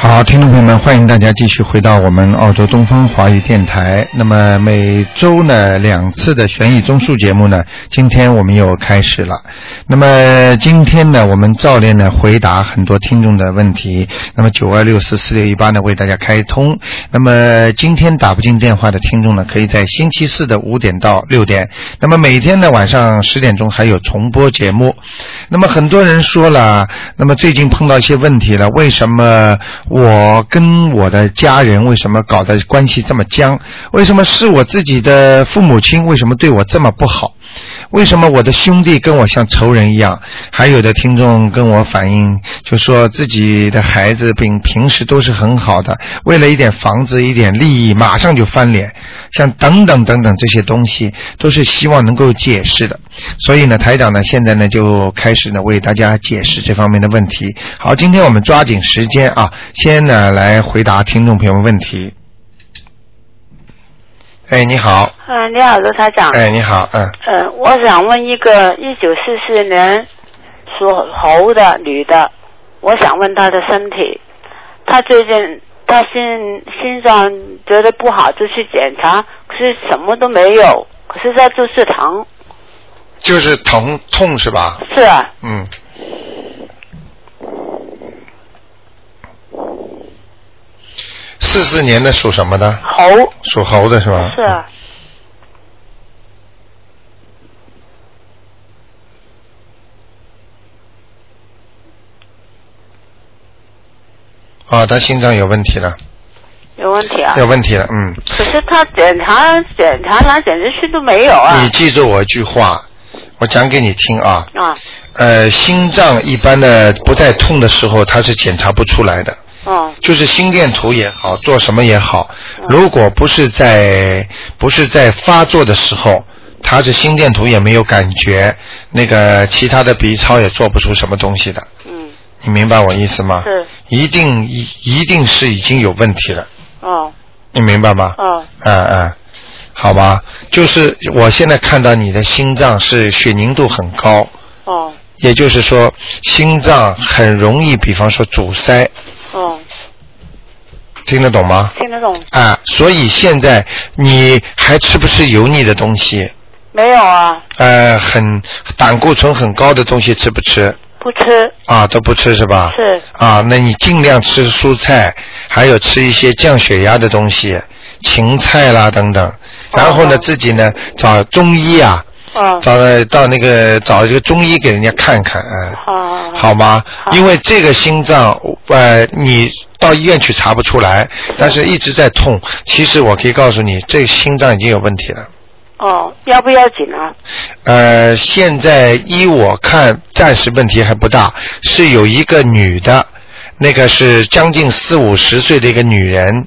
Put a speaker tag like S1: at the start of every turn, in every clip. S1: 好，听众朋友们，欢迎大家继续回到我们澳洲东方华语电台。那么每周呢两次的悬疑综述节目呢，今天我们又开始了。那么今天呢，我们照例呢回答很多听众的问题。那么九二六四四六一八呢为大家开通。那么今天打不进电话的听众呢，可以在星期四的五点到六点。那么每天呢晚上十点钟还有重播节目。那么很多人说了，那么最近碰到一些问题了，为什么？我跟我的家人为什么搞得关系这么僵？为什么是我自己的父母亲为什么对我这么不好？为什么我的兄弟跟我像仇人一样？还有的听众跟我反映，就说自己的孩子平平时都是很好的，为了一点房子、一点利益，马上就翻脸，像等等等等这些东西，都是希望能够解释的。所以呢，台长呢，现在呢就开始呢为大家解释这方面的问题。好，今天我们抓紧时间啊，先呢来回答听众朋友们问题。哎，你好，
S2: 嗯，你好，罗台长。
S1: 哎，你好，嗯，
S2: 呃，我想问一个一九四四年属猴的女的，我想问她的身体。她最近她心心脏觉得不好，就去检查，可是什么都没有，可是她就是疼。
S1: 就是疼痛是吧？
S2: 是啊，
S1: 嗯。四四年的属什么的？
S2: 猴
S1: 属猴的是吧？
S2: 是啊，
S1: 啊，他心脏有问题了，
S2: 有问题啊。
S1: 有问题了，嗯。
S2: 可是她检查检查来检查去都没有啊
S1: 你。记住我一句话，我讲给你听啊。
S2: 啊，
S1: 呃，心脏一般的不再痛的时候，它是检查不出来的。
S2: 哦，嗯
S1: 就是心电图也好，做什么也好，如果不是在不是在发作的时候，他是心电图也没有感觉，那个其他的 B 超也做不出什么东西的，
S2: 嗯，
S1: 你明白我意思吗？
S2: 是，
S1: 一定一一定是已经有问题了，
S2: 哦，
S1: 你明白吗？
S2: 哦，
S1: 嗯嗯，好吧，就是我现在看到你的心脏是血凝度很高，
S2: 哦，
S1: 也就是说心脏很容易，比方说阻塞，
S2: 哦，
S1: 听得懂吗？
S2: 听得懂
S1: 啊，所以现在你还吃不吃油腻的东西？
S2: 没有啊？
S1: 呃，很胆固醇很高的东西吃不吃？
S2: 不吃，
S1: 啊，都不吃是吧？
S2: 是
S1: 啊，那你尽量吃蔬菜，还有吃一些降血压的东西，芹菜啦等等。然后呢，
S2: 哦
S1: 自己呢找中医啊，
S2: 哦，
S1: 找了到那个找一个中医给人家看看，哎、
S2: 好好
S1: 好吗？
S2: 哦好
S1: 因为这个心脏，呃，你到医院去查不出来，但是一直在痛。其实我可以告诉你，这个心脏已经有问题了。
S2: 哦，要不要紧啊？
S1: 呃，现在依我看，暂时问题还不大。是有一个女的，那个是将近四五十岁的一个女人。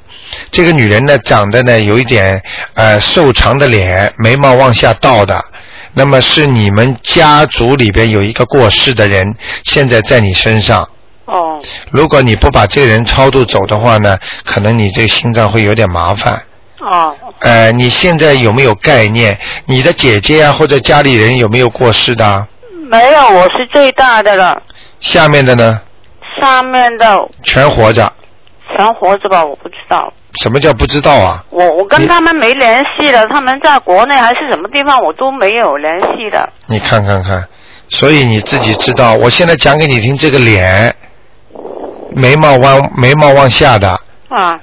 S1: 这个女人呢，长得呢有一点呃瘦长的脸，眉毛往下倒的。那么是你们家族里边有一个过世的人，现在在你身上。
S2: 哦，
S1: 如果你不把这个人超度走的话呢，可能你这个心脏会有点麻烦。
S2: 哦，
S1: 呃，你现在有没有概念？你的姐姐啊，或者家里人有没有过世的啊？
S2: 没有，我是最大的了，
S1: 下面的呢，
S2: 上面的
S1: 全活着。
S2: 全活着吧，我不知道。
S1: 什么叫不知道啊？
S2: 我我跟
S1: 你
S2: 他们没联系了，他们在国内还是什么地方，我都没有联系的。
S1: 你看看看，所以你自己知道。我现在讲给你听，这个脸，眉毛往眉毛往下的，
S2: 啊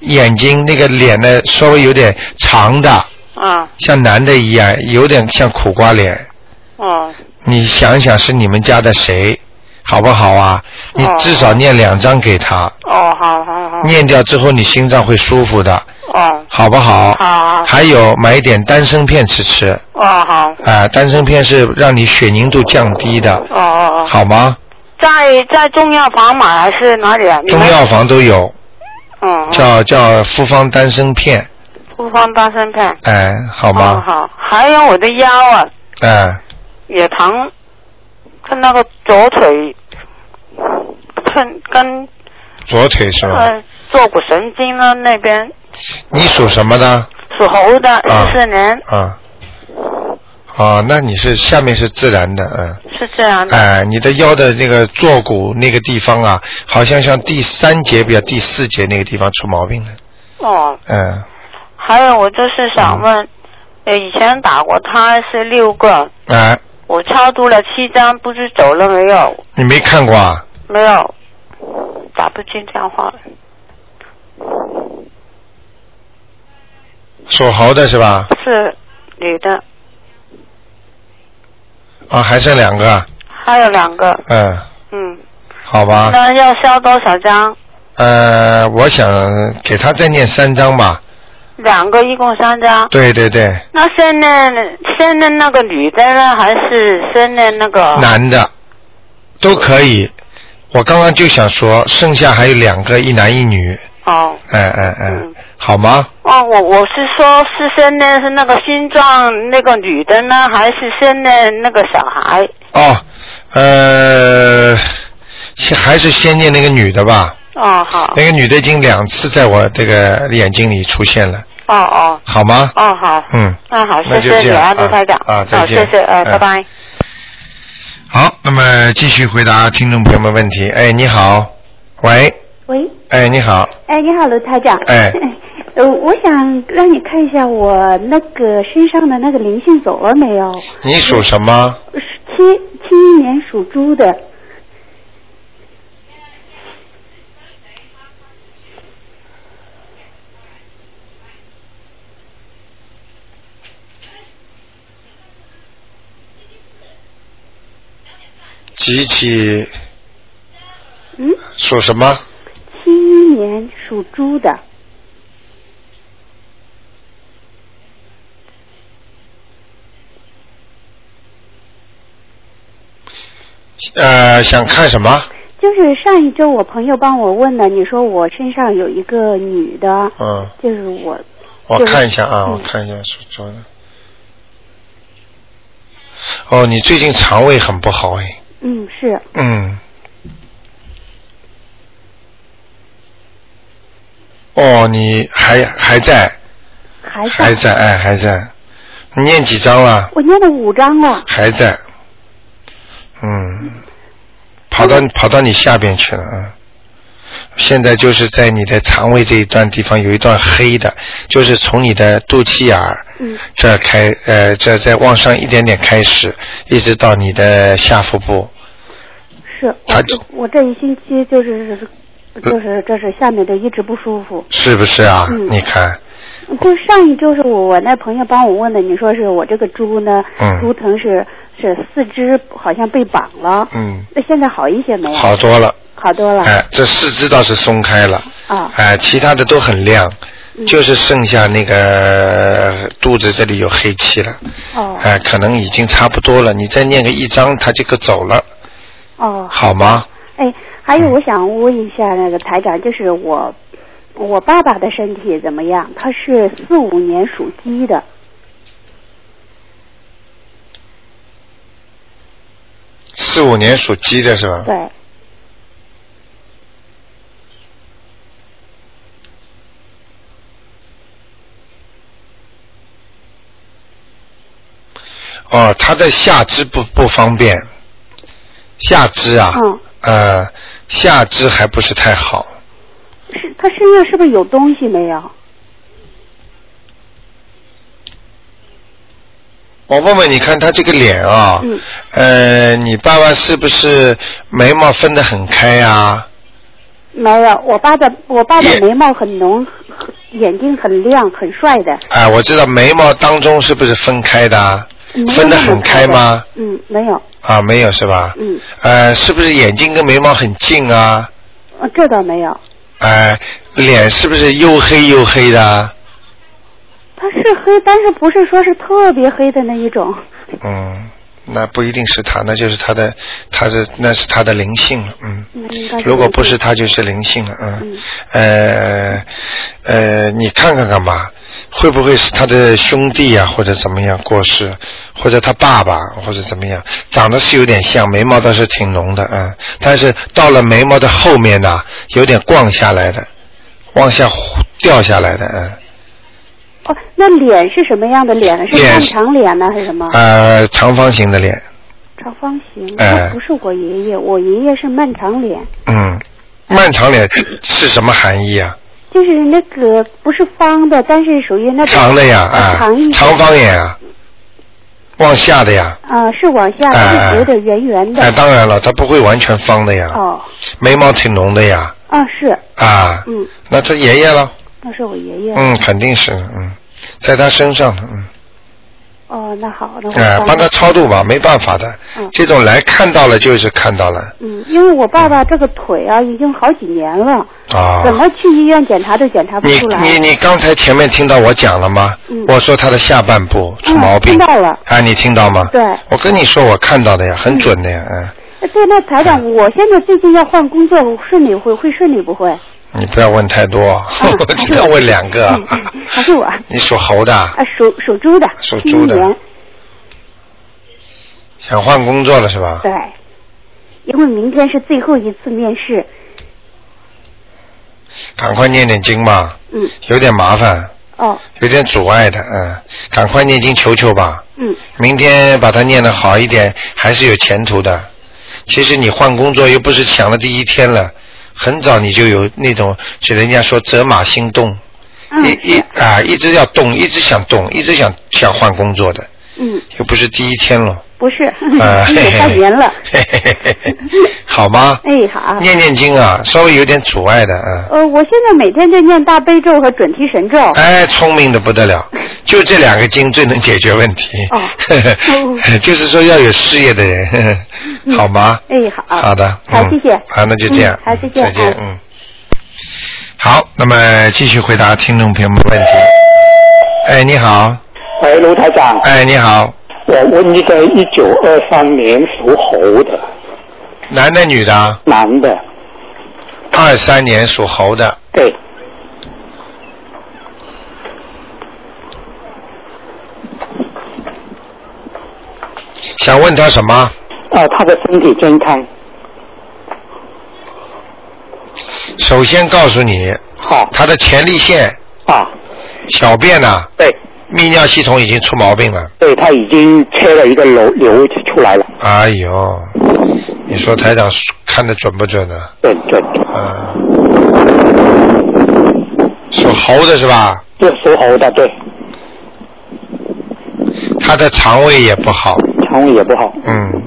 S1: 眼睛那个脸呢稍微有点长的，
S2: 啊
S1: 像男的一样，有点像苦瓜脸。
S2: 哦
S1: 你想想是你们家的谁，好不好啊？你
S2: 哦
S1: 至少念两张给他，
S2: 哦，好好好
S1: 念掉之后你心脏会舒服的，
S2: 哦
S1: 好不好？
S2: 好
S1: 还有买一点丹参片吃吃，啊、
S2: 哦好
S1: 丹参片是让你血凝度降低的
S2: 哦，哦哦，
S1: 好吗？
S2: 在在中药房买还是哪里啊？你
S1: 中
S2: 们
S1: 药房都有，
S2: 嗯嗯
S1: 叫叫复方丹参片，
S2: 复方丹参片。
S1: 哎、好
S2: 哦好
S1: 吗？
S2: 好，还有我的腰啊
S1: 哎、
S2: 也疼，跟那个左腿，跟跟
S1: 左腿是吧？
S2: 呃坐骨神经呢那边
S1: 你属什么的？
S2: 属猴的，
S1: 啊
S2: 四四年，
S1: 啊，哦，那你是下面是自然的，嗯。
S2: 是这样的。
S1: 哎，你的腰的那个坐骨那个地方啊，好像像第三节比较第四节那个地方出毛病了，
S2: 哦，
S1: 嗯，
S2: 还有我就是想问，呃，以前打过胎是六个，
S1: 哎，
S2: 我超度了七张，不知走了没有？
S1: 你没看过啊？
S2: 没有，打不进电话。
S1: 属猴的是吧？
S2: 是女的，
S1: 啊，还剩两个，
S2: 还有两个，
S1: 嗯，
S2: 嗯，
S1: 好吧，
S2: 那要烧多少张？
S1: 呃，我想给他再念三张吧。
S2: 两个，一共三张。
S1: 对对对，
S2: 那现在现在那个女的呢，还是现在那个？
S1: 男的都可以。我刚刚就想说，剩下还有两个，一男一女，
S2: 哦，
S1: 哎哎哎
S2: 嗯，
S1: 好吗？
S2: 哦，我我是说，是现在是那个心脏那个女的呢，还是现在那个小孩？
S1: 哦，呃，先还是先念那个女的吧。
S2: 哦，
S3: 啊
S2: 好，
S1: 那个女的已经两次在我这个眼睛里出现了，
S2: 哦哦，
S1: 好吗？
S3: 啊
S2: 哦好，
S1: 嗯，
S2: 那好，
S1: 那
S2: 谢
S1: 就这
S2: 谢你
S1: 样
S2: 啊，卢台长，
S1: 啊啊再
S2: 好，
S1: 见
S2: 谢谢，呃，
S1: 嗯
S2: 拜拜。
S1: 好，那么继续回答听众朋友们问题。哎，你好，喂，
S3: 喂，
S1: 哎，你好，
S3: 哎，你好，卢台长。
S1: 哎。
S3: 呃，我想让你看一下我那个身上的那个灵性走了没有？
S1: 你属什么？
S3: 是七七一年属猪的，
S1: 几几
S3: 嗯，
S1: 属什么？
S3: 七一年属猪的，
S1: 呃，想看什么？
S3: 就是上一周我朋友帮我问的，你说我身上有一个女的，
S1: 嗯，
S3: 就是我，
S1: 我
S3: 就是
S1: 看一下啊，
S3: 嗯
S1: 我看一下属猪的。哦，你最近肠胃很不好哎。
S3: 嗯，是，
S1: 嗯。哦，你还还在，
S3: 还在，
S1: 还在，哎，还在。你念几张了？
S3: 我念了五张哦了，
S1: 还在。嗯。跑到跑到你下边去了，嗯。现在就是在你的肠胃这一段地方有一段黑的，就是从你的肚脐眼儿
S3: 嗯，
S1: 这儿开，呃，这再往上一点点开始，一直到你的下腹部。
S3: 是，
S1: 他
S3: 我我这一星期就是就是这是下面的一直不舒服，
S1: 是不是啊？
S3: 嗯
S1: 你看，
S3: 就上一周是我我那朋友帮我问的，你说是我这个猪呢，
S1: 嗯
S3: 猪疼是是四肢好像被绑了，
S1: 嗯，
S3: 那现在好一些没有？
S1: 好多了，
S3: 好多了
S1: 哎、这四肢倒是松开了，
S3: 啊，
S1: 哎、其他的都很亮，
S3: 嗯
S1: 就是剩下那个肚子这里有黑气了，
S3: 哦
S1: 哎、可能已经差不多了，你再念个一张，它就够走了，
S3: 哦，
S1: 好吗？
S3: 哎，还
S1: 嗯
S3: 有我想问一下那个台长，就是我我爸爸的身体怎么样？他是四五年属鸡的，
S1: 四五年属鸡的是吧？
S3: 对，
S1: 哦，他的下肢不不方便，下肢啊，
S3: 嗯
S1: 呃，下肢还不是太好，
S3: 是他身上是不是有东西没有？
S1: 我问问你看他这个脸啊，
S3: 嗯
S1: 呃，你爸爸是不是眉毛分得很开啊？
S3: 没有，我爸爸我爸爸
S1: 眼
S3: 眉毛很浓，很眼睛很亮，很帅的。
S1: 哎、我知道眉毛当中是不是分开的啊？
S3: 没有
S1: 分得
S3: 那么
S1: 很开
S3: 的
S1: 吗？
S3: 嗯，没有，
S1: 啊，没有是吧？
S3: 嗯，
S1: 呃，是不是眼睛跟眉毛很近啊？
S3: 呃这倒没有。
S1: 哎、脸是不是又黑又黑的啊？
S3: 它是黑，但是不是说是特别黑的那一种。
S1: 嗯，那不一定是他，那就是他的，他是那是他的灵性了，嗯。
S3: 嗯应该
S1: 如果不是，他，就是灵性了，嗯，呃，呃，你看看干嘛？会不会是他的兄弟啊，或者怎么样过世，或者他爸爸，或者怎么样？长得是有点像，眉毛倒是挺浓的，嗯，但是到了眉毛的后面呢、有点逛下来的，往下掉下来的，嗯，
S3: 哦，那脸是什么样的脸呢？是
S1: 脸
S3: 半
S1: 是
S3: 长脸呢，还是什么？
S1: 呃，长方形的脸，
S3: 长方形？
S1: 哎
S3: 那不是我爷爷，我爷爷是漫长脸，
S1: 嗯，漫长脸是什么含义啊？
S3: 就是那个不是方的，但是属于那种
S1: 长的呀，啊
S3: 长一，点
S1: 长方眼啊，往下的呀，
S3: 啊，是往下，
S1: 哎
S3: 是有点圆圆的。
S1: 哎，当然了，它不会完全方的呀，
S3: 哦，
S1: 眉毛挺浓的呀，
S3: 啊是，
S1: 啊，
S3: 嗯，
S1: 那他爷爷了，
S3: 那是我爷爷。
S1: 嗯，肯定是，嗯，在他身上的，嗯，
S3: 哦，那好，那我
S1: 哎，
S3: 帮
S1: 帮他超度吧，没办法的
S3: 嗯，
S1: 这种来看到了就是看到了
S3: 嗯，因为我爸爸这个腿啊，已经好几年了，
S1: 啊。
S3: 怎么去医院检查都检查不
S1: 你
S3: 出来。
S1: 你你刚才前面听到我讲了吗？
S3: 嗯
S1: 我说他的下半部出
S3: 嗯
S1: 毛病。
S3: 听到了
S1: 啊，你听到吗？
S3: 对
S1: 我跟你说，我看到的呀，很准的呀，嗯。
S3: 哎对，那台长，我现在最近要换工作，我顺利会会顺利不会？
S1: 你不要问太多， 我只要问两个。啊
S3: 嗯嗯还是我
S1: 你属猴的，
S3: 啊，属属猪的，
S1: 属猪的啊
S3: 71年
S1: 想换工作了是吧？
S3: 对，因为明天是最后一次面试，
S1: 赶快念点经吧，
S3: 嗯，
S1: 有点麻烦，
S3: 哦，
S1: 有点阻碍的，嗯，赶快念经求求吧。
S3: 嗯，
S1: 明天把它念得好一点，还是有前途的。其实你换工作又不是想了第一天了，很早你就有那种，就人家说折马心动，
S3: 嗯
S1: 一一
S3: 是，
S1: 啊一直要动，一直想动，一直想想换工作的，
S3: 嗯，
S1: 又不是第一天了。
S3: 不是，
S1: 啊，
S3: 因为太严了，
S1: 嘿嘿嘿嘿嘿好吗？
S3: 哎，好啊。
S1: 念念经啊，稍微有点阻碍的，嗯。
S3: 呃，我现在每天就念大悲咒和准提神咒。
S1: 哎，聪明的不得 了，就这两个经最能解决问题。
S3: 哦哦
S1: 就是说要有事业的人，
S3: 嗯
S1: 好吗？
S3: 哎，好。
S1: 啊好的，
S3: 好，
S1: 嗯
S3: 谢谢。
S1: 好，那就这样
S3: 嗯。好，再见。
S1: 再见
S3: 啊，
S1: 嗯。好，那么继续回答听众朋友们问题。哎，你好，
S4: 喂，卢台长，
S1: 哎，你好，
S4: 我问一个一九二三年属猴的
S1: 男的女的啊？
S4: 男的，
S1: 二三年属猴的，
S4: 对，
S1: 想问他什么？
S4: 啊，他的身体健康，
S1: 首先告诉你，
S4: 好
S1: 他的前列腺、
S4: 啊，
S1: 小便呐、
S4: 对，
S1: 泌尿系统已经出毛病了。
S4: 对他已经切了一个瘤瘤出来了，
S1: 哎呦，你说台长看的准不准呢、
S4: 对对，
S1: 啊？属猴的是吧？
S4: 这属猴的对，
S1: 他的肠胃也不好，
S4: 肠胃也不好，
S1: 嗯，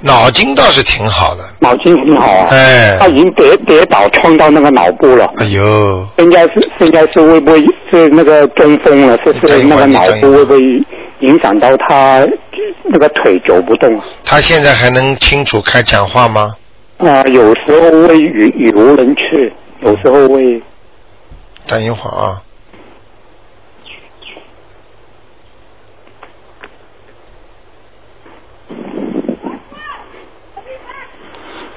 S1: 脑筋倒是挺好的，
S4: 脑筋很好啊，
S1: 哎
S4: 他已经跌跌倒撞到那个脑部了。
S1: 哎呦，
S4: 应该是应该是会不会是那个中风了？是不是
S1: 你等一会儿
S4: 那个脑
S1: 你等一
S4: 部
S1: 会儿
S4: 会不会影响到他那个腿走不动啊？
S1: 他现在还能清楚开讲话吗？
S4: 啊、有时候会语语无伦次，有时候会
S1: 等一会儿啊。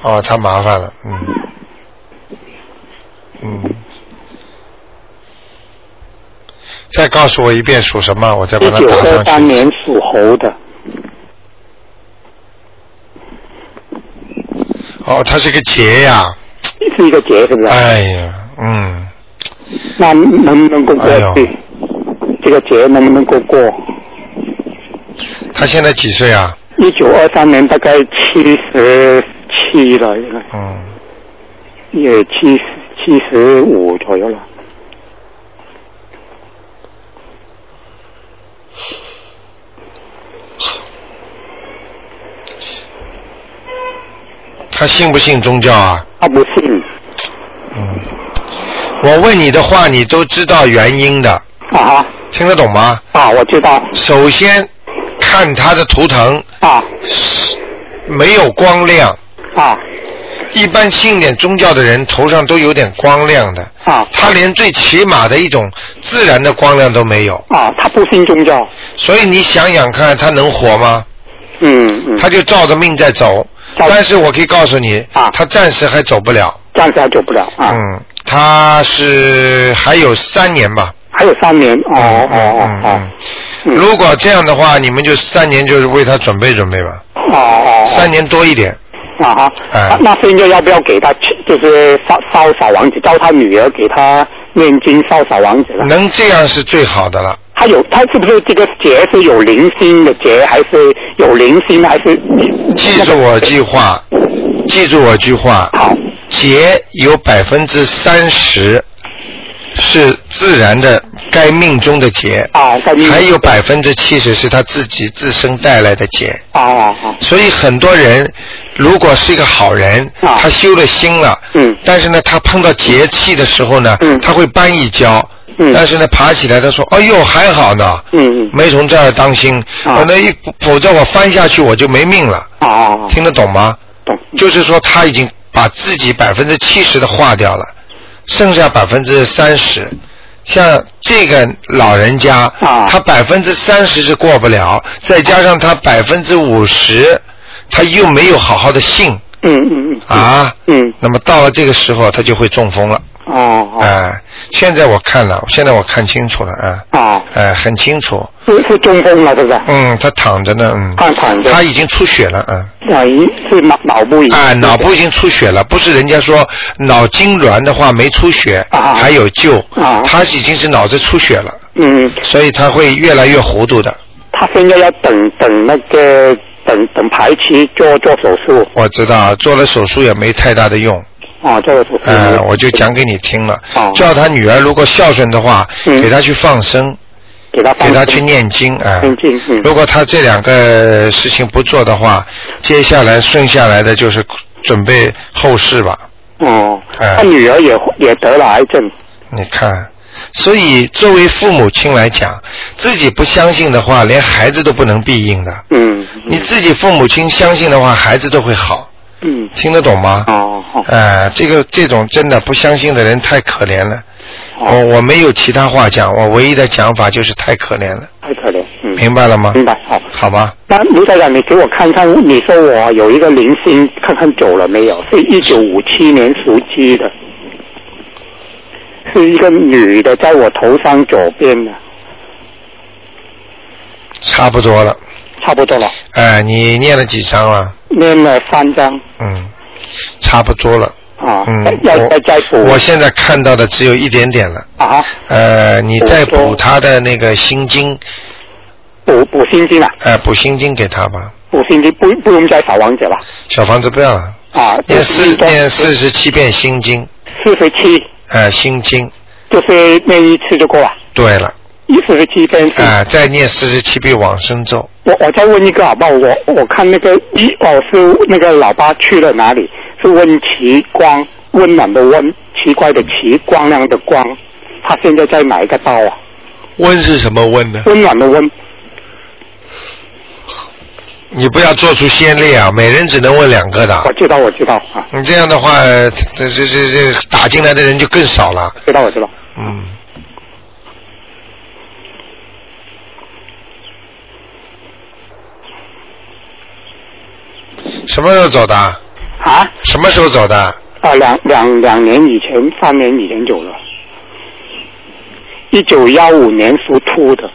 S1: 哦，他麻烦了，嗯，嗯，再告诉我一遍属什么，我再
S4: 一
S1: 把它
S4: 九
S1: 打
S4: 二
S1: 上
S4: 三
S1: 去。
S4: 年属猴的，
S1: 哦，他是个劫呀、
S4: 是一个节，是不是？
S1: 哎呀，嗯，
S4: 那能不能够过去？
S1: 哎
S4: 这个节能不能够过？
S1: 他现在几岁啊？
S4: 一九二三年大概七十七了，应该
S1: 嗯，
S4: 也七十七十五左右了。
S1: 他信不信宗教啊？
S4: 他不信
S1: 嗯，我问你的话，你都知道原因的，
S4: 啊
S1: 听得懂吗？
S4: 啊！我知道
S1: 首先看它的图腾
S4: 啊
S1: 没有光亮，
S4: 啊
S1: 一般信点宗教的人头上都有点光亮的，
S4: 啊
S1: 他连最起码的一种自然的光亮都没有，
S4: 啊！他不信宗教，
S1: 所以你想想看，他能活吗？
S4: 嗯嗯，
S1: 他就照着命在走，
S4: 照
S1: 但是我可以告诉你
S4: 啊，
S1: 他暂时还走不了，
S4: 暂时还走不了啊，
S1: 嗯，他是还有三年吧，
S4: 还有三年哦
S1: 嗯
S4: 哦
S1: 嗯
S4: 哦
S1: 嗯
S4: 哦
S1: 嗯，
S4: 嗯
S1: 如果这样的话，你们就三年就是为他准备准备吧，
S4: 哦哦，哦
S1: 三年多一点，
S4: 啊哈，
S1: 哎
S4: 那那现在要不要给他去，就是烧烧小王子，叫他女儿给他念经烧小王子了。
S1: 能这样是最好的了。
S4: 他有他是不是这个结是有零星的结，还是有零星，还是
S1: 记住我句话，记住我句话，
S4: 好
S1: 劫有百分之三十是自然的该命中的劫，
S4: 啊？在你
S1: 还有百分之七十是他自己自身带来的劫。
S4: 啊啊啊
S1: 所以很多人如果是一个好人，
S4: 啊
S1: 他修了心了，
S4: 嗯
S1: 但是呢，他碰到节气的时候呢，
S4: 嗯
S1: 他会搬一跤，
S4: 嗯
S1: 但是呢，爬起来他说，哎呦，还好呢，
S4: 嗯嗯
S1: 没从这儿当心，
S4: 啊
S1: 我那一否则我翻下去我就没命了，
S4: 啊啊，啊
S1: 听得懂吗？
S4: 懂
S1: 就是说他已经把自己百分之七十的化掉了，剩下百分之三十。像这个老人家，
S4: 啊
S1: 他百分之三十是过不了，再加上他百分之五十，他又没有好好的信
S4: 嗯嗯嗯
S1: 啊，
S4: 嗯
S1: 那么到了这个时候他就会中风了。
S4: 哦
S1: 哎、现在我看了，现在我看清楚了啊，
S4: 哦哦，
S1: 哎、很清楚，
S4: 是是中风了是不是？
S1: 嗯，他躺着呢，嗯，
S4: 看躺着
S1: 他已经出血了，嗯。
S4: 啊，一是脑脑部一
S1: 啊，脑部已经出血了，不是人家说脑痉挛的话没出血，
S4: 啊
S1: 还有救，
S4: 啊
S1: 他已经是脑子出血了，
S4: 嗯，
S1: 所以他会越来越糊涂的。
S4: 他现在要等等那个等等排期做做手术
S1: 我知道做了手术也没太大的用，
S4: 啊，做手术。
S1: 呃，我就讲给你听了
S4: 哦。
S1: 叫他女儿如果孝顺的话，
S4: 嗯
S1: 给他去放生，
S4: 给他
S1: 给
S4: 放
S1: 他
S4: 松
S1: 去念经啊。
S4: 念经嗯
S1: 如果他这两个事情不做的话，接下来顺下来的就是准备后事吧。
S4: 哦，
S1: 哎
S4: 他女儿也也得了癌症，
S1: 你看，所以作为父母亲来讲，自己不相信的话，连孩子都不能庇应的。
S4: 嗯，
S1: 你自己父母亲相信的话，孩子都会好，
S4: 嗯，
S1: 听得懂吗？
S4: 哦哦
S1: 呃，这个这种真的不相信的人太可怜了。我
S4: 哦，
S1: 我没有其他话讲，我唯一的讲法就是太可怜了，
S4: 太可怜，嗯，
S1: 明白了吗？
S4: 明白，好。
S1: 好吧，
S4: 那卢台长，你给我看看，你说我有一个零星，看看走了没有？是一九五七年属鸡的，是一个女的，在我头上左边啊的，
S1: 差不多了。
S4: 差不多了，
S1: 哎，你念了几章了？
S4: 念了三张
S1: 嗯，差不多了。
S4: 啊，
S1: 嗯
S4: 再，要再再补
S1: 我我现在看到的只有一点点了。
S4: 啊，
S1: 呃，你
S4: 补
S1: 再
S4: 多
S1: 补他的那个心经，
S4: 补补心经啊，
S1: 呃，补心经给他吧。
S4: 补心经不不用再扫王者了
S1: 小房子不要了，
S4: 啊，
S1: 念四念四
S4: 四
S1: 十七遍心经，
S4: 四十七，
S1: 呃，心经。
S4: 就是念一次就够了。
S1: 对了，
S4: 一四十七遍是
S1: 啊、再念四十七遍往生咒。
S4: 我我再问一个好不好？我我看那个一哦是那个老爸去了哪里？是温奇光，温暖的温，奇怪的奇，光亮的光。他现在在哪一个道啊？
S1: 温是什么温呢？
S4: 温暖的温
S1: 你不要做出先例啊，每人只能问两个
S4: 我
S1: 的。
S4: 知道我知道啊，
S1: 你这样的话，呃这这这这打进来的人就更少了。
S4: 知道我知道。
S1: 嗯。什么时候走的？
S4: 啊
S1: 什么时候走的？
S4: 啊，两两两年以前，三年以前走了。一九幺五年属兔的，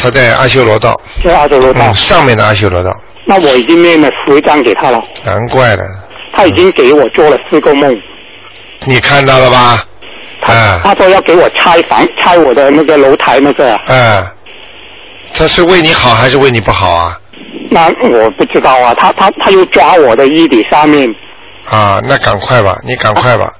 S1: 他在阿修罗道，
S4: 在阿德罗道
S1: 嗯，。上面的阿修罗道，
S4: 那我已经念了十张给他了，
S1: 难怪了，
S4: 他已经给我做了四个梦。
S1: 你看到了吧？
S4: 他
S1: 啊
S4: 他说要给我拆房，拆我的那个楼台那个啊，
S1: 啊，他是为你好还是为你不好啊？
S4: 那我不知道啊。他他他又抓我的衣领上面，
S1: 啊，那赶快吧，你赶快吧，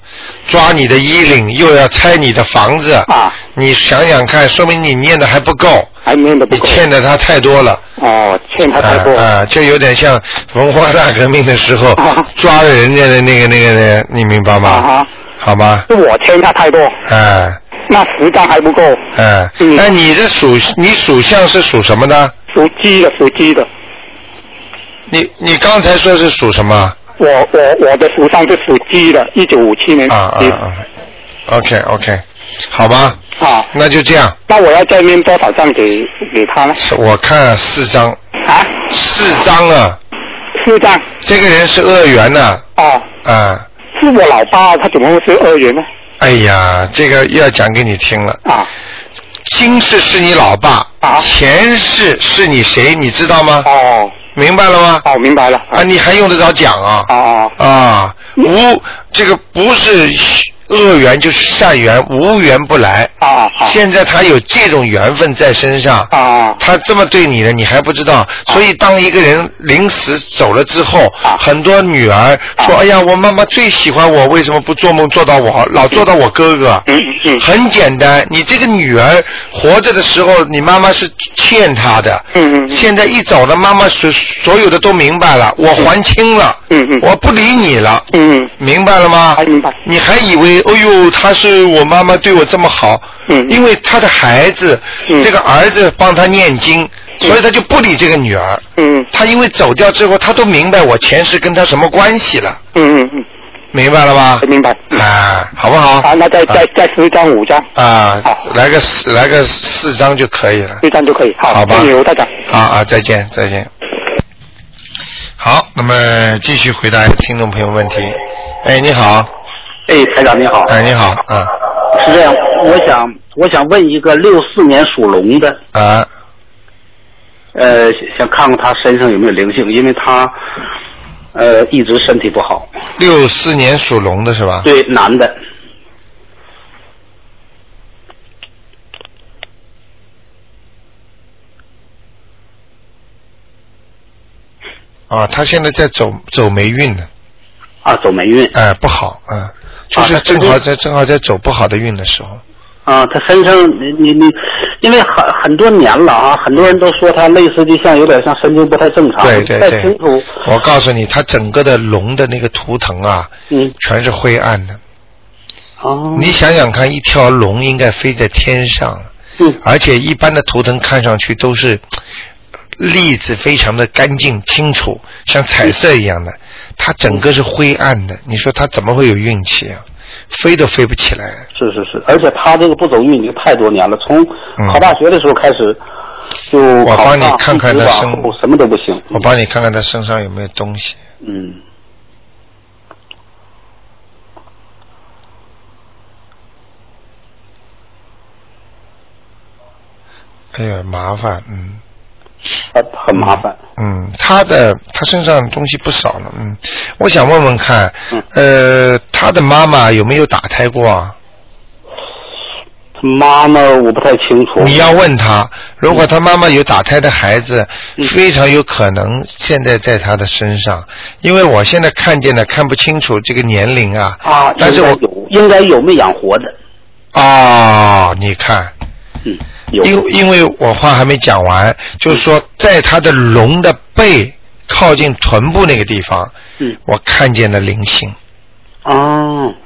S1: 抓你的衣领，又要拆你的房子
S4: 啊，
S1: 你想想看，说明你念的还不够，
S4: 还念的不
S1: 你
S4: 够。
S1: 欠的他太多了。
S4: 哦，欠他
S1: 啊
S4: 太多。
S1: 啊，就有点像文化大革命的时候
S4: 啊
S1: 抓了人家的那个那个那个，你明白
S4: 啊
S1: 吗？
S4: 哈，
S1: 好吗？
S4: 是我欠他太多，
S1: 啊。
S4: 那十张还不够。
S1: 哎，
S4: 嗯
S1: 那你的属你属相是属什么呢？
S4: 属鸡的，属鸡的，
S1: 你你刚才说是属什么？
S4: 我我我的属相是属鸡的，一九五七年
S1: 啊
S4: 属
S1: 啊
S4: 鸡。
S1: 啊！OK OK，好吧，
S4: 啊，
S1: 那就这样。
S4: 那我要再念多少张给给他呢？
S1: 我看四张，
S4: 啊，
S1: 四张啊，
S4: 四张。
S1: 这个人是恶缘呐
S4: 哦，
S1: 啊
S4: 是我老爸，他怎么会是二元呢？
S1: 哎呀，这个又要讲给你听了。
S4: 啊，
S1: 今世是你老爸
S4: 啊，
S1: 前世是你谁，你知道吗？
S4: 哦，
S1: 明白了吗？
S4: 哦，明白了。
S1: 啊，你还用得着讲啊？
S4: 哦哦，
S1: 啊，无这个不是恶缘就是善缘，无缘不来。
S4: 哦哦哦
S1: 现在他有这种缘分在身上，
S4: 哦哦
S1: 他这么对你了，你还不知道。所以当一个人临死走了之后
S4: 啊，
S1: 很多女儿
S4: 哦
S1: 说：“哎呀，我妈妈最喜欢我，为什么不做梦做到我，老做到我哥哥？”
S4: 嗯嗯
S1: 很简单，你这个女儿活着的时候，你妈妈是欠她的。
S4: 嗯嗯嗯
S1: 现在一走了，妈妈所所有的都明白了，我还清了。
S4: 嗯嗯
S1: 我不理你了。
S4: 嗯
S1: 明白了吗
S4: 哎？明白
S1: 你还以为，哎呦，她是我妈妈对我这么好，
S4: 嗯
S1: 因为她的孩子，
S4: 嗯
S1: 这个儿子帮她念经，
S4: 嗯
S1: 所以她就不理这个女儿。
S4: 嗯
S1: 她因为走掉之后，她都明白我前世跟她什么关系了，
S4: 嗯嗯嗯
S1: 明白了吧
S4: 嗯，？明白。
S1: 啊，好不好？
S4: 啊，那再再再四张五张，
S1: 啊
S4: 好，
S1: 来个四来个四张就可以了。
S4: 四张就可以。好，
S1: 好吧
S4: 谢谢吴台长。
S1: 啊啊，再见再见。好，那么继续回答听众朋友问题。哎，你好，
S5: 哎，台长你好，
S1: 哎，你好，啊
S5: 是这样，我想我想问一个六四年属龙的，
S1: 啊，
S5: 呃，想看看他身上有没有灵性，因为他呃一直身体不好。
S1: 六四年属龙的是吧？
S5: 对，男的，
S1: 啊，他现在在走走霉运呢，
S5: 啊，走霉运
S1: 哎、不好，啊，就
S5: 啊
S1: 是
S5: 他
S1: 正
S5: 最
S1: 好
S5: 近
S1: 在正好在走不好的运的时候，
S5: 啊，他身上你你你，因为很很多年了啊，很多人都说他类似就像有点像神经不太正常，
S1: 对对
S5: 不太
S1: 对
S5: 清楚，，
S1: 我告诉你，他整个的龙的那个图腾啊，
S5: 嗯，
S1: 全是灰暗的。
S5: 哦，
S1: 你想想看，一条龙应该飞在天上，
S5: 嗯
S1: 而且一般的图腾看上去都是呃粒子非常的干净清楚，像彩色一样的，
S5: 嗯
S1: 它整个是灰暗的。你说它怎么会有运气啊？飞都飞不起来。
S5: 是是是，而且他这个不走运已经太多年了，从
S1: 嗯
S5: 考大学的时候开始。就
S1: 我
S5: 考
S1: 帮你
S5: 上
S1: 看看
S5: 一直
S1: 他
S5: 往
S1: 生
S5: 后什么都不行。
S1: 我帮你看看他身上有没有东西。
S5: 嗯，
S1: 哎呀，麻烦，嗯
S5: 很啊很麻烦。
S1: 嗯，他的他身上东西不少了，嗯，我想问问看
S5: 嗯，
S1: 呃，他的妈妈有没有打胎过啊？
S5: 他妈妈我不太清楚。
S1: 你要问他，如果他妈妈有打胎的孩子，非常有可能现在在他的身上，因为我现在看见的看不清楚这个年龄啊。
S5: 啊，
S1: 但是我
S5: 应该有应该有没养活的，
S1: 啊、你看，
S5: 嗯，有
S1: 因因为我话还没讲完，就是说在他的龙的背靠近臀部那个地方，
S5: 嗯
S1: 我看见了灵性。
S5: 啊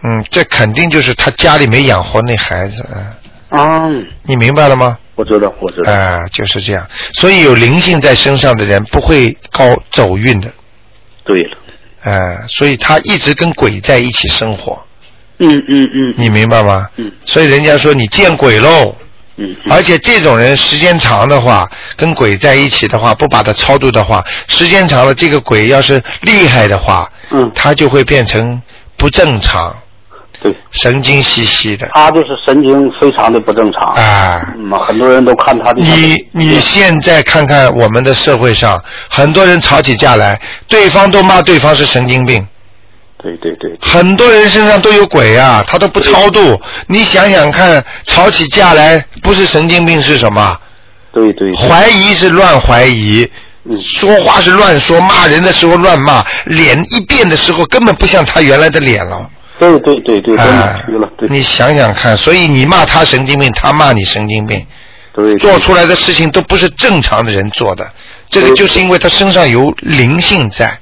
S1: 嗯，这肯定就是他家里没养活那孩子，嗯，
S5: 啊，
S1: 你明白了吗？
S5: 我知道我知道，
S1: 啊、就是这样。所以有灵性在身上的人不会高走运的，
S5: 对了，
S1: 呃，所以他一直跟鬼在一起生活，
S5: 嗯嗯嗯，
S1: 你明白吗？
S5: 嗯
S1: 所以人家说你见鬼喽，
S5: 嗯嗯
S1: 而且这种人时间长的话，跟鬼在一起的话，不把他超度的话，时间长了，这个鬼要是厉害的话，
S5: 嗯，
S1: 他就会变成不正常、
S5: 对，
S1: 神经兮兮的
S5: 他就是神经非常的不正常，
S1: 啊。
S5: 嗯，很多人都看他的
S1: 你你现在看看我们的社会上，很多人吵起架来，对方都骂对方是神经病，
S5: 对对对，
S1: 很多人身上都有鬼啊，他都不超度。你想想看，吵起架来不是神经病是什么？
S5: 对对对，
S1: 怀疑是乱怀疑，
S5: 嗯
S1: 说话是乱说，骂人的时候乱骂，脸一变的时候根本不像他原来的脸了。
S5: 对对对对，都
S1: 啊
S5: 扭曲了，对，
S1: 你想想看，所以你骂他神经病，他骂你神经病。
S5: 对
S1: 做
S5: 对
S1: 出来的事情都不是正常的人做的，这个就是因为他身上有灵性在，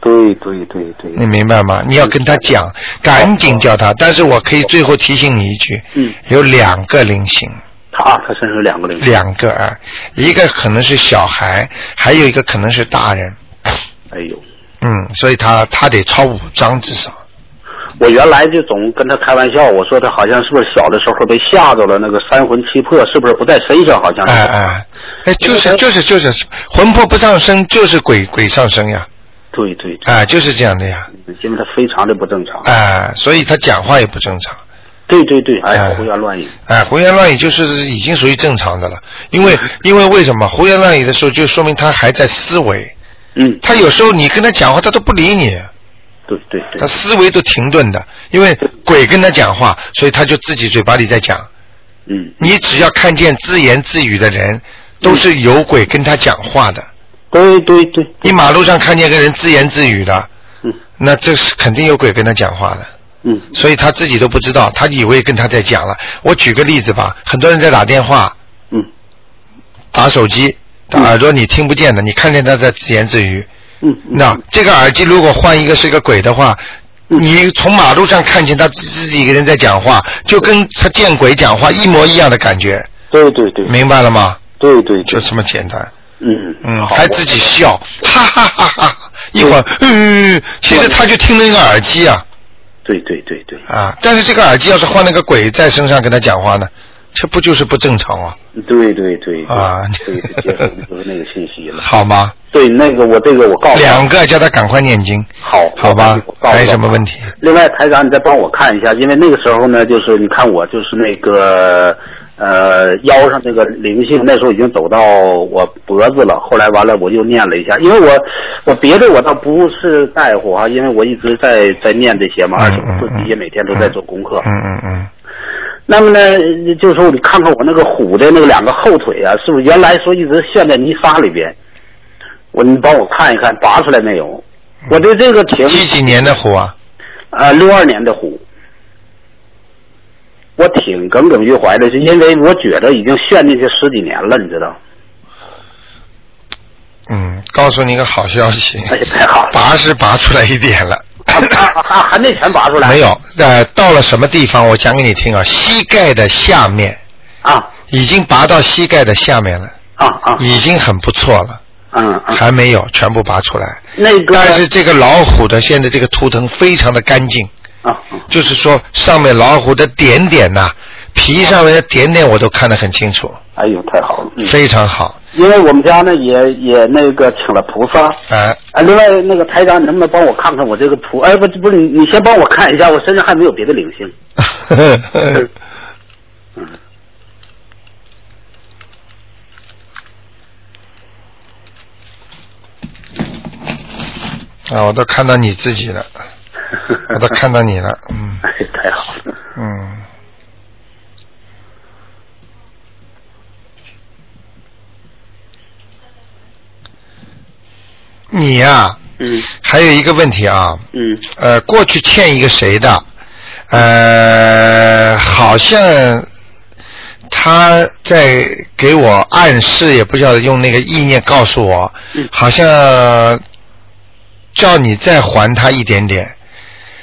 S5: 对对对对，
S1: 你明白吗？你要跟他讲，赶紧叫他。但是我可以最后提醒你一句，
S5: 嗯
S1: 有两个灵性，
S5: 他啊，他身上有两个灵性，
S1: 两个啊，一个可能是小孩，还有一个可能是大人，
S5: 哎呦。
S1: 嗯，所以他他得超五张至少。
S5: 我原来就总跟他开玩笑，我说他好像是不是小的时候被吓着了，那个三魂七魄是不是不在身上？好像是。
S1: 哎哎，哎，就是就是就是，魂魄不上升就是鬼鬼上升呀，
S5: 对对对，
S1: 啊，就是这样的呀，
S5: 因为他非常的不正常。
S1: 啊，所以他讲话也不正常。
S5: 对对对，
S1: 哎
S5: 哎，胡言乱语。
S1: 哎，胡言乱语就是已经属
S5: 嗯
S1: 于正常的了，因为因为为什么胡言乱语的时候，就说明他还在思维，
S5: 嗯，
S1: 他有时候你跟他讲话，他都不理你，
S5: 对对
S1: 他
S5: 对，
S1: 思维都停顿的，因为鬼跟他讲话，所以他就自己嘴巴里在讲。
S5: 嗯，
S1: 你只要看见自言自语的人，都是有鬼跟他讲话的。
S5: 对对对，
S1: 你马路上看见个人自言自语的，
S5: 嗯
S1: 那这是肯定有鬼跟他讲话的。
S5: 嗯
S1: 所以他自己都不知道，他以为跟他在讲了。我举个例子吧，很多人在打电话、
S5: 嗯
S1: 打手机，打耳朵你听不见的，你看见他在自言自语。
S5: 嗯，嗯
S1: 那这个耳机如果换一个是个鬼的话，你从马路上看见他自自己一个人在讲话，就跟他见鬼讲话一模一样的感觉，
S5: 对对对，
S1: 明白了吗？
S5: 对对
S1: 就
S5: 对，
S1: 这么简单。
S5: 嗯
S1: 嗯，
S5: 好
S1: 还自己笑，哈哈哈哈！一会儿，嗯，其实他就听了一个耳机啊
S5: 对对对对，
S1: 啊！但是这个耳机要是换了个鬼在身上跟他讲话呢，这不就是不正常啊？
S5: 对对对
S1: 啊
S5: 对，对接受就是那个信息了。
S1: 好吗？
S5: 对，那个我这个我告诉
S1: 两
S5: 你，
S1: 个叫他赶快念经，
S5: 好，
S1: 好吧
S5: 我？告诉
S1: 还有
S5: 你
S1: 什么问题？
S5: 另外，台长，你再帮我看一下，因为那个时候呢，就是你看我就是那个呃腰上那个灵性，那时候已经走到我脖子了。后来完了，我又念了一下，因为我我别的我倒不是在乎哈、因为我一直在在念这些嘛，而且我自己也每天都在做功课。
S1: 嗯嗯嗯，
S5: 那么呢，就是说你看看我那个虎的那个两个后腿啊，是不是原来说一直陷在泥沙里边？我你帮我看一看，拔出来没有？我的这个停
S1: 几几年的虎啊？
S5: 啊，六二年的虎，我挺耿耿于怀的，是因为我觉得已经陷进去十几年了，你知道？
S1: 嗯，告诉你一个好消息，
S5: 哎呀，太好了，
S1: 拔是拔出来一点了。
S5: 啊啊还没全拔出来？
S1: 没有，呃，到了什么地方？我讲给你听啊，膝盖的下面
S5: 啊
S1: 已经拔到膝盖的下面了，
S5: 啊啊，
S1: 已经很不错了，
S5: 嗯嗯，
S1: 还没有全部拔出来。
S5: 那个
S1: 但是这个老虎的现在这个图腾非常的干净，
S5: 啊嗯
S1: 就是说上面老虎的点点呐、皮上面的点点我都看得很清楚，
S5: 哎呦，太好了，嗯，
S1: 非常好。
S5: 因为我们家呢也也那个请了菩萨。
S1: 哎、
S5: 啊，另外那个台长，你能不能帮我看看我这个图？哎，不，不是你，你先帮我看一下，我身上还没有别的灵性。
S1: 呃，啊，我都看到你自己了，我都看到你了，嗯
S5: 哎，太好了，
S1: 嗯。你呀、
S5: 嗯
S1: 还有一个问题啊，
S5: 嗯
S1: 呃，过去欠一个谁的，呃，好像他在给我暗示，也不晓得用那个意念告诉我，
S5: 嗯
S1: 好像叫你再还他一点点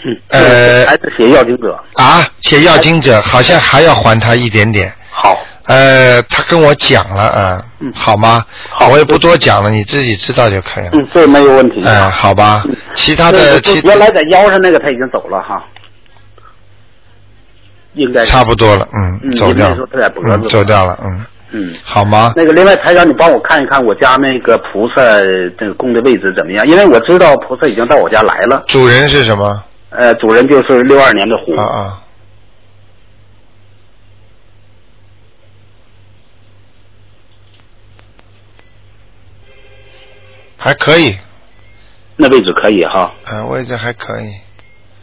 S5: 嗯，
S1: 呃
S5: 还是写药经者，
S1: 啊，写要经者好像还要还他一点点。
S5: 好，
S1: 呃，他跟我讲了啊、
S5: 嗯
S1: 好吗？
S5: 好
S1: 我也不多讲了，你自己知道就可以了。
S5: 嗯，这没有问题。嗯
S1: 哎、好吧，其他
S5: 那
S1: 的
S5: 个就
S1: 其
S5: 原来在腰上那个他已经走了哈，应该是
S1: 差不多了，嗯，
S5: 嗯
S1: 走掉
S5: 因为那时候他在脖子
S1: 嗯，走掉了，嗯，
S5: 嗯。
S1: 好吗？
S5: 那个，另外台长，你帮我看一看我家那个菩萨这个供的位置怎么样？因为我知道菩萨已经到我家来了，
S1: 主人是什么？
S5: 呃，主人就是六二年的虎
S1: 啊，啊，还可以，
S5: 那位置可以哈。
S1: 嗯、位置还可以，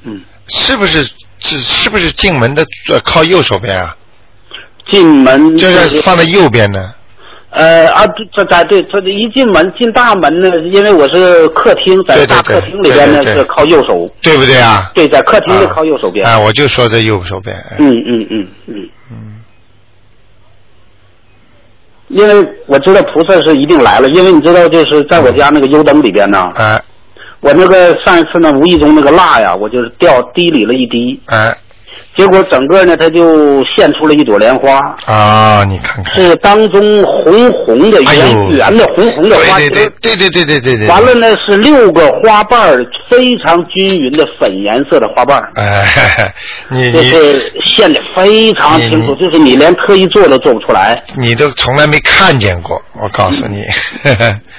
S5: 嗯，
S1: 是不是？是是不是进门的呃靠右手边啊？
S5: 进门
S1: 就是放在右边呢？
S5: 呃啊，这在对，这一进门进大门呢，因为我是客厅，在
S1: 对对
S5: 大
S1: 对
S5: 客厅里边呢
S1: 对对对
S5: 是靠右手，
S1: 对不对啊？
S5: 对，在客厅是靠右手边。
S1: 啊，啊我就说在右手边。哎
S5: 嗯嗯嗯嗯，
S1: 嗯
S5: 因为我知道菩萨是一定来了，因为你知道，就是在我家那个油灯里边呢，
S1: 哎
S5: 我那个上一次呢，无意中那个蜡呀，我就是掉滴里了一滴，
S1: 哎
S5: 结果整个呢，它就现出了一朵莲花，
S1: 啊，你看看。
S5: 是当中红红的、
S1: 哎呦
S5: 圆圆的、红红的花
S1: 对
S5: 心。
S1: 对对对对对对对。
S5: 完了呢，是六个花瓣儿非常均匀的粉颜色的花瓣儿，
S1: 哎，你
S5: 就
S1: 你
S5: 是现的非常清楚，
S1: 你
S5: 就是你连特意做都做不出来。
S1: 你都从来没看见过，我告诉你，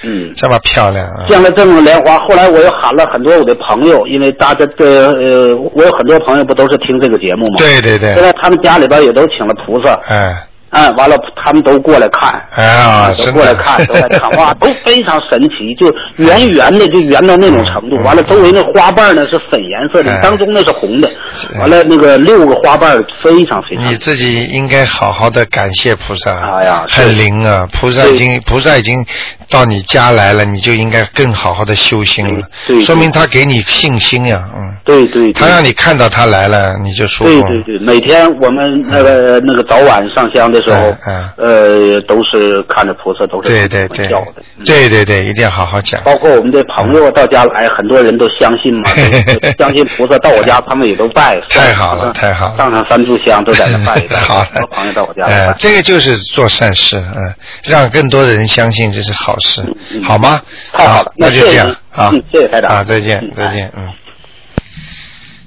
S5: 嗯
S1: 这么漂亮啊！
S5: 见了这种莲花，后来我又喊了很多我的朋友，因为大家的呃，我有很多朋友不都是听这个节目吗？。
S1: 对对
S5: 现
S1: 对，
S5: 在他们家里边也都请了菩萨，
S1: 哎，
S5: 啊、嗯，完了他们都过来看，
S1: 啊，
S5: 都
S1: 真
S5: 嗯过来
S1: 的
S5: 看，都来看，哇，都非常神奇，就圆圆的，就圆到那种程度。完了，周围那花瓣呢是粉颜色的
S1: 嗯哎，
S5: 当中那是红的
S1: 是。
S5: 完了，那个六个花瓣非常非 常
S1: 你自己应该好好的感谢菩萨，
S5: 哎呀是
S1: 很灵啊！菩萨已经菩萨已经到你家来了，你就应该更好好的修心了，
S5: 对对
S1: 说明他给你信心呀、嗯，
S5: 对对，对
S1: 他让你看到他来了，你就舒服
S5: 对
S1: 了。
S5: 对对，每天我们那个那个早晚上香的时候
S1: 嗯，
S5: 呃，都是看着菩萨，都是
S1: 对对
S5: 会
S1: 对
S5: 笑的。嗯
S1: 对对对，一定要好好讲。
S5: 包括我们的朋友到家来，很多人都相信嘛，都相信菩萨到我家，他们也都拜。
S1: 太好了
S5: 上
S1: 太好了
S5: 上上三炷香都在那拜一拜。
S1: 好
S5: 很多朋友到我家来
S1: 呃，
S5: 拜。
S1: 这个就是做善事，嗯、让更多的人相信这是好事，
S5: 嗯
S1: 好吗？
S5: 太好了
S1: 那
S5: 那
S1: 就
S5: 谢谢
S1: 这样
S5: 您
S1: 啊、
S5: 嗯谢谢台长
S1: 啊，再见
S5: 嗯，
S1: 再见，嗯。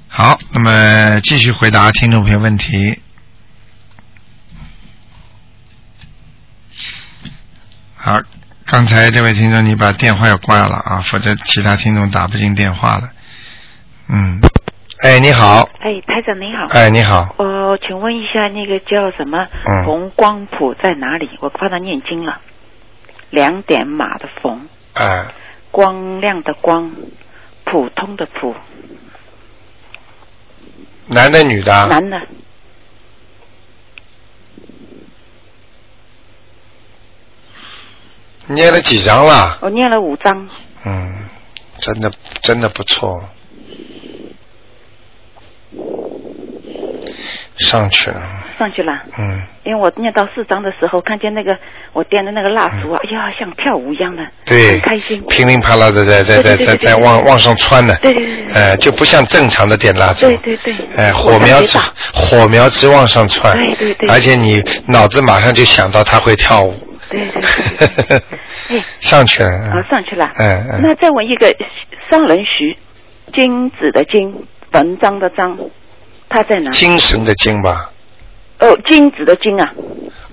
S1: 好，那么继续回答听众朋友问题。好，刚才这位听众，你把电话要挂了啊，否则其他听众打不进电话了。嗯，哎，你好，
S6: 哎，台长您好。
S1: 哎，你好，
S6: 呃，请问一下，那个叫什么
S1: 嗯
S6: 冯光谱在哪里？我帮他念经了。两点马的冯，
S1: 哎，
S6: 光亮的光，普通的普，
S1: 男的女的啊？
S6: 男的
S1: 捏了几张了？
S6: 我念了五章，
S1: 嗯，真的真的不错，上去了，
S6: 上去了。
S1: 嗯，
S6: 因为我念到四章的时候，看见那个我点的那个蜡烛啊，哎呀，像跳舞一样的，
S1: 嗯对
S6: 很，开心。
S1: 噼里啪啦的在在在
S6: 对对
S1: 在
S6: 对对对
S1: 在往往上窜呢，
S6: 对对对对
S1: 呃，就不像正常的点蜡烛，
S6: 对对对
S1: 啊哎，
S6: 我
S1: 火
S6: 感
S1: 苗
S6: 觉
S1: 直
S6: 到
S1: 火苗直往上窜，
S6: 对对对
S1: 而且你脑子马上就想到它会跳舞，
S6: 对对对对对，哎，
S1: 上去了，
S6: 啊，
S1: 嗯
S6: 上去了。
S1: 嗯嗯
S6: 那再问一个商人徐，金子的金，文章的章，他在哪？
S1: 精神的精吧，
S6: 哦，金子的金啊，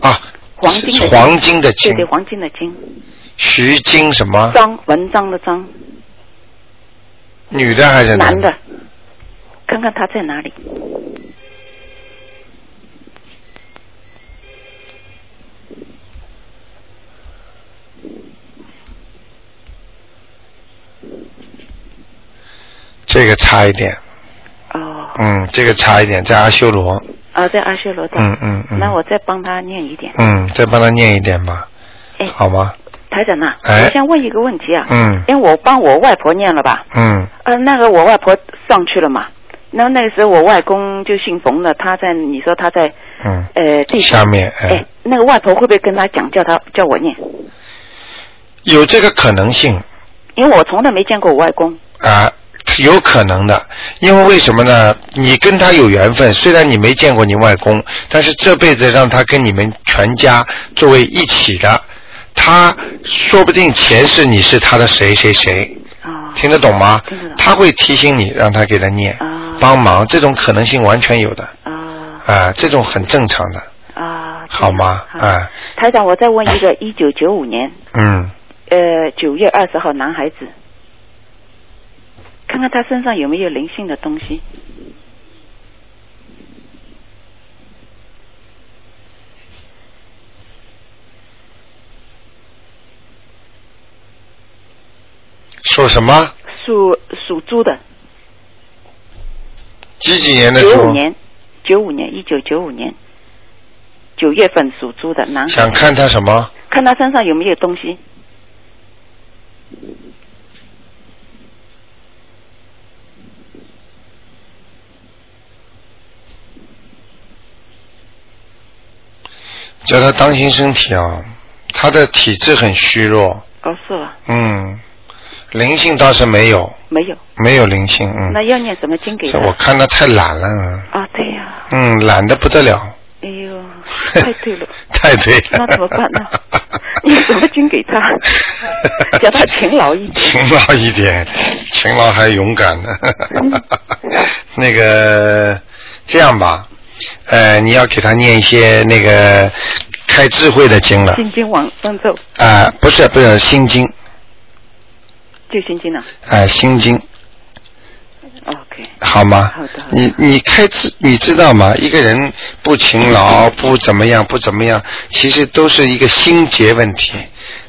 S1: 啊，
S6: 黄金的金
S1: 黄金的金啊
S6: 对，对，黄金的金，
S1: 徐金什么？
S6: 章文章的章，
S1: 女的还是
S6: 男
S1: 的
S6: 的，看看他在哪里？
S1: 这个差一点，
S6: 哦，
S1: 嗯，这个差一点，在阿修罗，
S6: 啊，在阿修罗道。
S1: 嗯嗯嗯
S6: 那我再帮他念一点。
S1: 嗯，再帮他念一点吧，
S6: 哎
S1: 好吗？
S6: 台长啊，
S1: 哎
S6: 我想问一个问题啊。
S1: 嗯
S6: 因为我帮我外婆念了吧？
S1: 嗯
S6: 呃，那个我外婆上去了嘛。然后那个时候我外公就姓冯的，他在你说他在
S1: 嗯，
S6: 呃地
S1: 下面哎
S6: 哎，那个外婆会不会跟他讲，叫他叫我念？
S1: 有这个可能性
S6: 因为我从来没见过我外公。
S1: 啊。有可能的，因为为什么呢？你跟他有缘分，虽然你没见过你外公，但是这辈子让他跟你们全家作为一起的，他说不定前世你是他的谁谁谁，
S6: 啊、
S1: 听得懂吗
S6: 听得懂？
S1: 他会提醒你，让他给他念，
S6: 啊
S1: 帮忙，这种可能性完全有的，
S6: 啊
S1: 啊，这种很正常的，
S6: 啊！
S1: 好吗？
S6: 好的
S1: 啊，
S6: 台长，我再问 一个，一九九五年，
S1: 嗯，
S6: 呃，九月二十号男孩子，看看他身上有没有灵性的东西。
S1: 属什么？
S6: 属属猪的，
S1: 几几年的
S6: 九五
S1: 猪？
S6: 年，九五年，一九九五年，九月份属猪的男孩，
S1: 想看他什么？
S6: 看他身上有没有东西。
S1: 叫他当心身体啊，他的体质很虚弱，
S6: 哦，是吧？
S1: 嗯，灵性倒是没有，
S6: 没有。
S1: 没有灵性，嗯
S6: 那，要念什么经给
S1: 这
S6: 他？
S1: 我看他太懒了，
S6: 啊，对呀、
S1: 嗯，懒得不得了。
S6: 哎呦，太 对了。
S1: 太对了。
S6: 那怎么办呢 你怎么经给 他叫他勤劳一点
S1: 勤劳一点，勤劳还勇敢 呢
S6: 嗯。
S1: 那个，这样吧，呃，你要给他念一些那个开智慧的经了
S6: 心经往生咒，
S1: 啊、不是不是心经，
S6: 就心经了。
S1: 啊、心经，
S6: OK，
S1: 呃好吗？
S6: 好的好的
S1: 你你开知你知道吗？一个人不勤
S6: 嗯
S1: 劳，不怎么样，不怎么样，其实都是一个心结问题。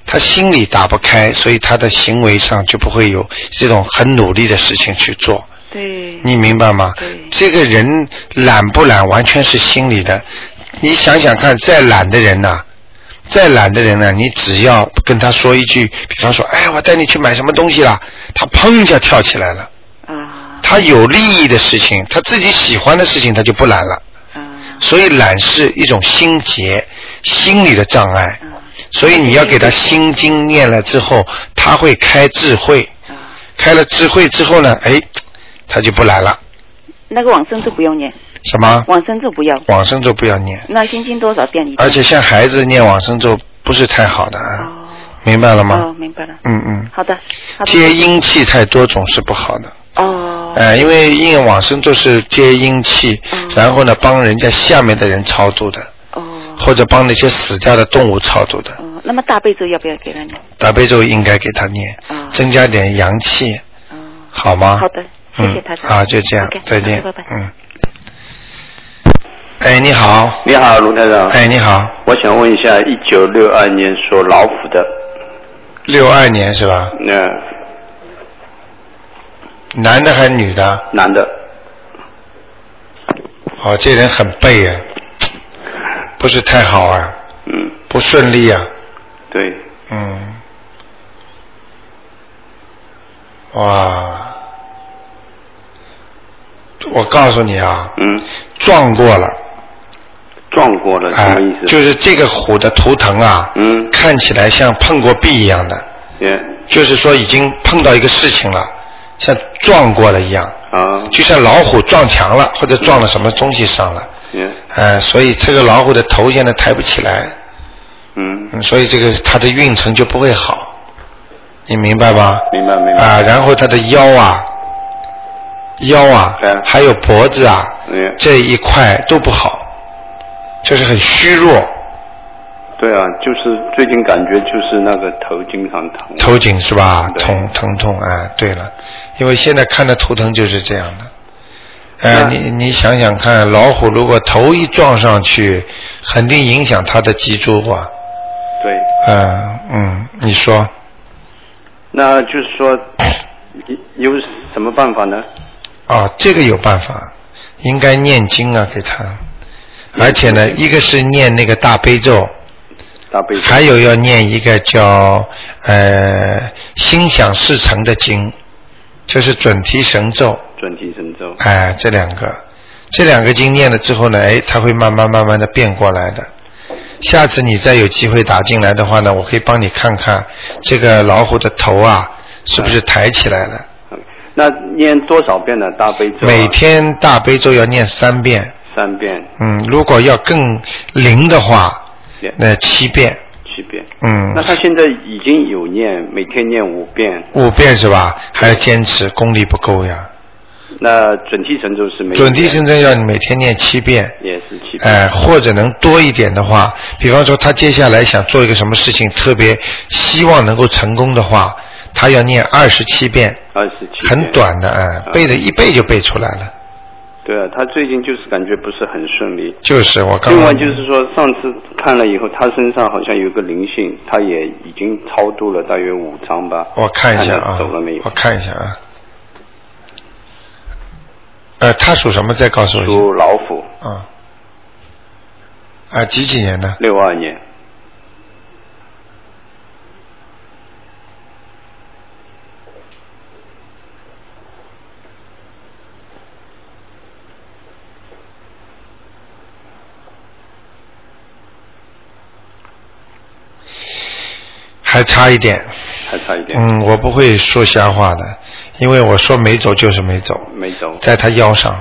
S1: 他心里打不开，所以他的行为上就不会有这种很努力的事情去做。
S6: 对，
S1: 你明白吗
S6: 对？
S1: 这个人懒不懒，完全是心理的。你想想看，再懒的人呐、再懒的人呢、你只要跟他说一句，比方说，哎，我带你去买什么东西啦，他砰一下跳起来了。
S6: 啊
S1: 他有利益的事情，他自己喜欢的事情，他就不懒了。
S6: 啊
S1: 所以懒是一种心结，心理的障碍。
S6: 啊
S1: 所以你要给他心经念了之后，他会开智慧，
S6: 啊！
S1: 开了智慧之后呢，哎，他就不懒了。
S6: 那个往生咒不用念，
S1: 什么？
S6: 往生咒不要，
S1: 往生咒不要念，
S6: 那心经多少遍一遍？
S1: 而且像孩子念往生咒不是太好的啊，
S6: 哦
S1: 明白了吗
S6: 哦，？明白了。
S1: 嗯嗯，
S6: 好的，好的。
S1: 接阴气太多总是不好的。
S6: 哦，
S1: 呃，因为因为往生咒是接阴气
S6: 嗯，
S1: 然后呢帮人家下面的人超度的，
S6: 哦，
S1: 或者帮那些死掉的动物超度的。
S6: 哦，那么大悲咒要不要给他念？
S1: 大悲咒应该给他念，
S6: 啊
S1: 增加点阳气，
S6: 哦，
S1: 好吗？
S6: 好的，谢谢台
S1: 嗯。
S6: 长。
S1: 啊，就这样
S6: OK，，
S1: 再见。
S6: 好的拜拜。
S1: 嗯。哎，你好。
S7: 你好，卢台长。
S6: 哦
S1: 哎，你好。
S7: 我想问一下，一九六二年属老虎的，
S1: 六二年是吧？
S7: 那、
S1: 男的还是女的？
S7: 男的，
S1: 哦，这人很背啊，不是太好啊，
S7: 嗯，
S1: 不顺利啊，
S7: 对，
S1: 嗯。哇！我告诉你啊，
S7: 嗯，
S1: 撞过了，
S7: 撞过了，
S1: 哎、
S7: 什么意思？
S1: 就是这个虎的图腾啊，
S7: 嗯
S1: 看起来像碰过壁一样的，
S7: 也
S1: 就是说已经碰到一个事情了，像撞过了一样，
S7: 啊，
S1: 就像老虎撞墙了，或者撞了什么东西上了，
S7: 也
S1: 呃，所以这个老虎的头现在抬不起来，
S7: 嗯，
S1: 嗯，所以这个它的运程就不会好，你明白吗？
S7: 明白明白
S1: 啊，然后它的腰啊，腰啊，
S7: 嗯
S1: 还有脖子啊，
S7: 嗯
S1: 这一块都不好，就是很虚弱，
S7: 对啊，就是最近感觉就是那个头经常疼，
S1: 头颈是吧？
S7: 对
S1: 痛疼痛啊，对了，因为现在看的图腾就是这样的。呃，
S7: 那
S1: 你你想想看，老虎如果头一撞上去，肯定影响它的脊柱啊。
S7: 对，
S1: 嗯嗯，你说
S7: 那就是说有有什么办法呢？
S1: 啊，这个有办法，应该念经啊，给他。而且呢，一个是念那个大悲咒，
S7: 大悲咒
S1: 还有要念一个叫呃心想事成的经，就是准提神咒。
S7: 准提神咒，
S1: 哎，这两个，这两个经念了之后呢，哎，它会慢慢慢慢的变过来的。下次你再有机会打进来的话呢，我可以帮你看看这个老虎的头啊，是不是抬起来了？
S7: 嗯那念多少遍呢？大悲咒啊、
S1: 每天大悲咒要念三遍，
S7: 三遍，
S1: 嗯，如果要更灵的话，
S7: 也
S1: 那七遍，
S7: 七遍。
S1: 嗯
S7: 那，他现在已经有念，每天念五遍。
S1: 五遍是吧？还要坚持，功力不够呀。
S7: 那准提神咒是每天
S1: 准提神咒要你每天念七遍，
S7: 也是七遍。
S1: 哎，或者能多一点的话，比方说他接下来想做一个什么事情，特别希望能够成功的话，他要念二十七遍，
S7: 二十七。
S1: 很。短的，哎，
S7: 嗯
S1: 背的一背就背出来了。
S7: 对啊，他最近就是感觉不是很顺利。
S1: 就是我刚
S7: 另外
S1: 刚
S7: 就是说，上次看了以后，他身上好像有一个灵性，他也已经超度了大约五张吧。
S1: 我看一下
S7: 看
S1: 啊
S7: 他走了没，有
S1: 我？看一下啊，呃，他属什么？再告诉我
S7: 属
S1: 一
S7: 老虎，
S1: 下啊。啊，几几年的？
S7: 六二年，
S1: 还差一点。
S7: 还差一点、
S1: 嗯，我不会说瞎话的，因为我说没走就是没走，
S7: 没走。
S1: 在他腰上。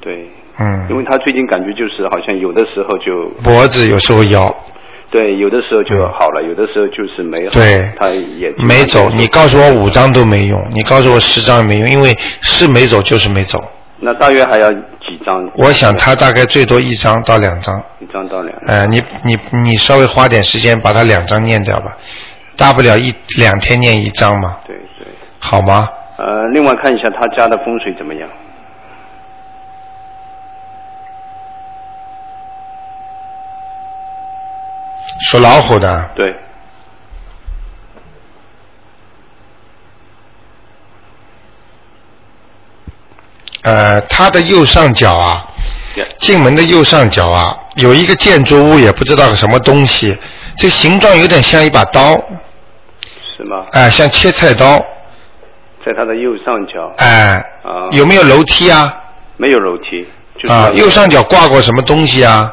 S7: 对，
S1: 嗯，
S7: 因为他最近感觉就是好像有的时候就
S1: 脖子有时候摇，
S7: 对，有的时候就好了，有的时候就是没好。
S1: 对
S7: 他也
S1: 没走。你告诉我五张都没用，你告诉我十张也没用，因为是没走就是没走。
S7: 那大约还要几张？
S1: 我想他大概最多一张到两张，
S7: 一张到两张。
S1: 呃，你你你稍微花点时间把他两张念掉吧，大不了一两天念一张嘛，
S7: 对对，
S1: 好吗？
S7: 呃，另外看一下他家的风水怎么样。
S1: 属老虎的，
S7: 对，
S1: 呃，他的右上角啊，
S7: Yeah
S1: 进门的右上角啊，有一个建筑物，也不知道什么东西，这形状有点像一把刀，
S7: 是吗？
S1: 哎、像切菜刀，
S7: 在他的右上角
S1: 哎、
S7: 啊
S1: 有没有楼梯啊？
S7: 没有楼梯，就是
S1: 啊，
S7: 他
S1: 右上角挂过什么东西啊？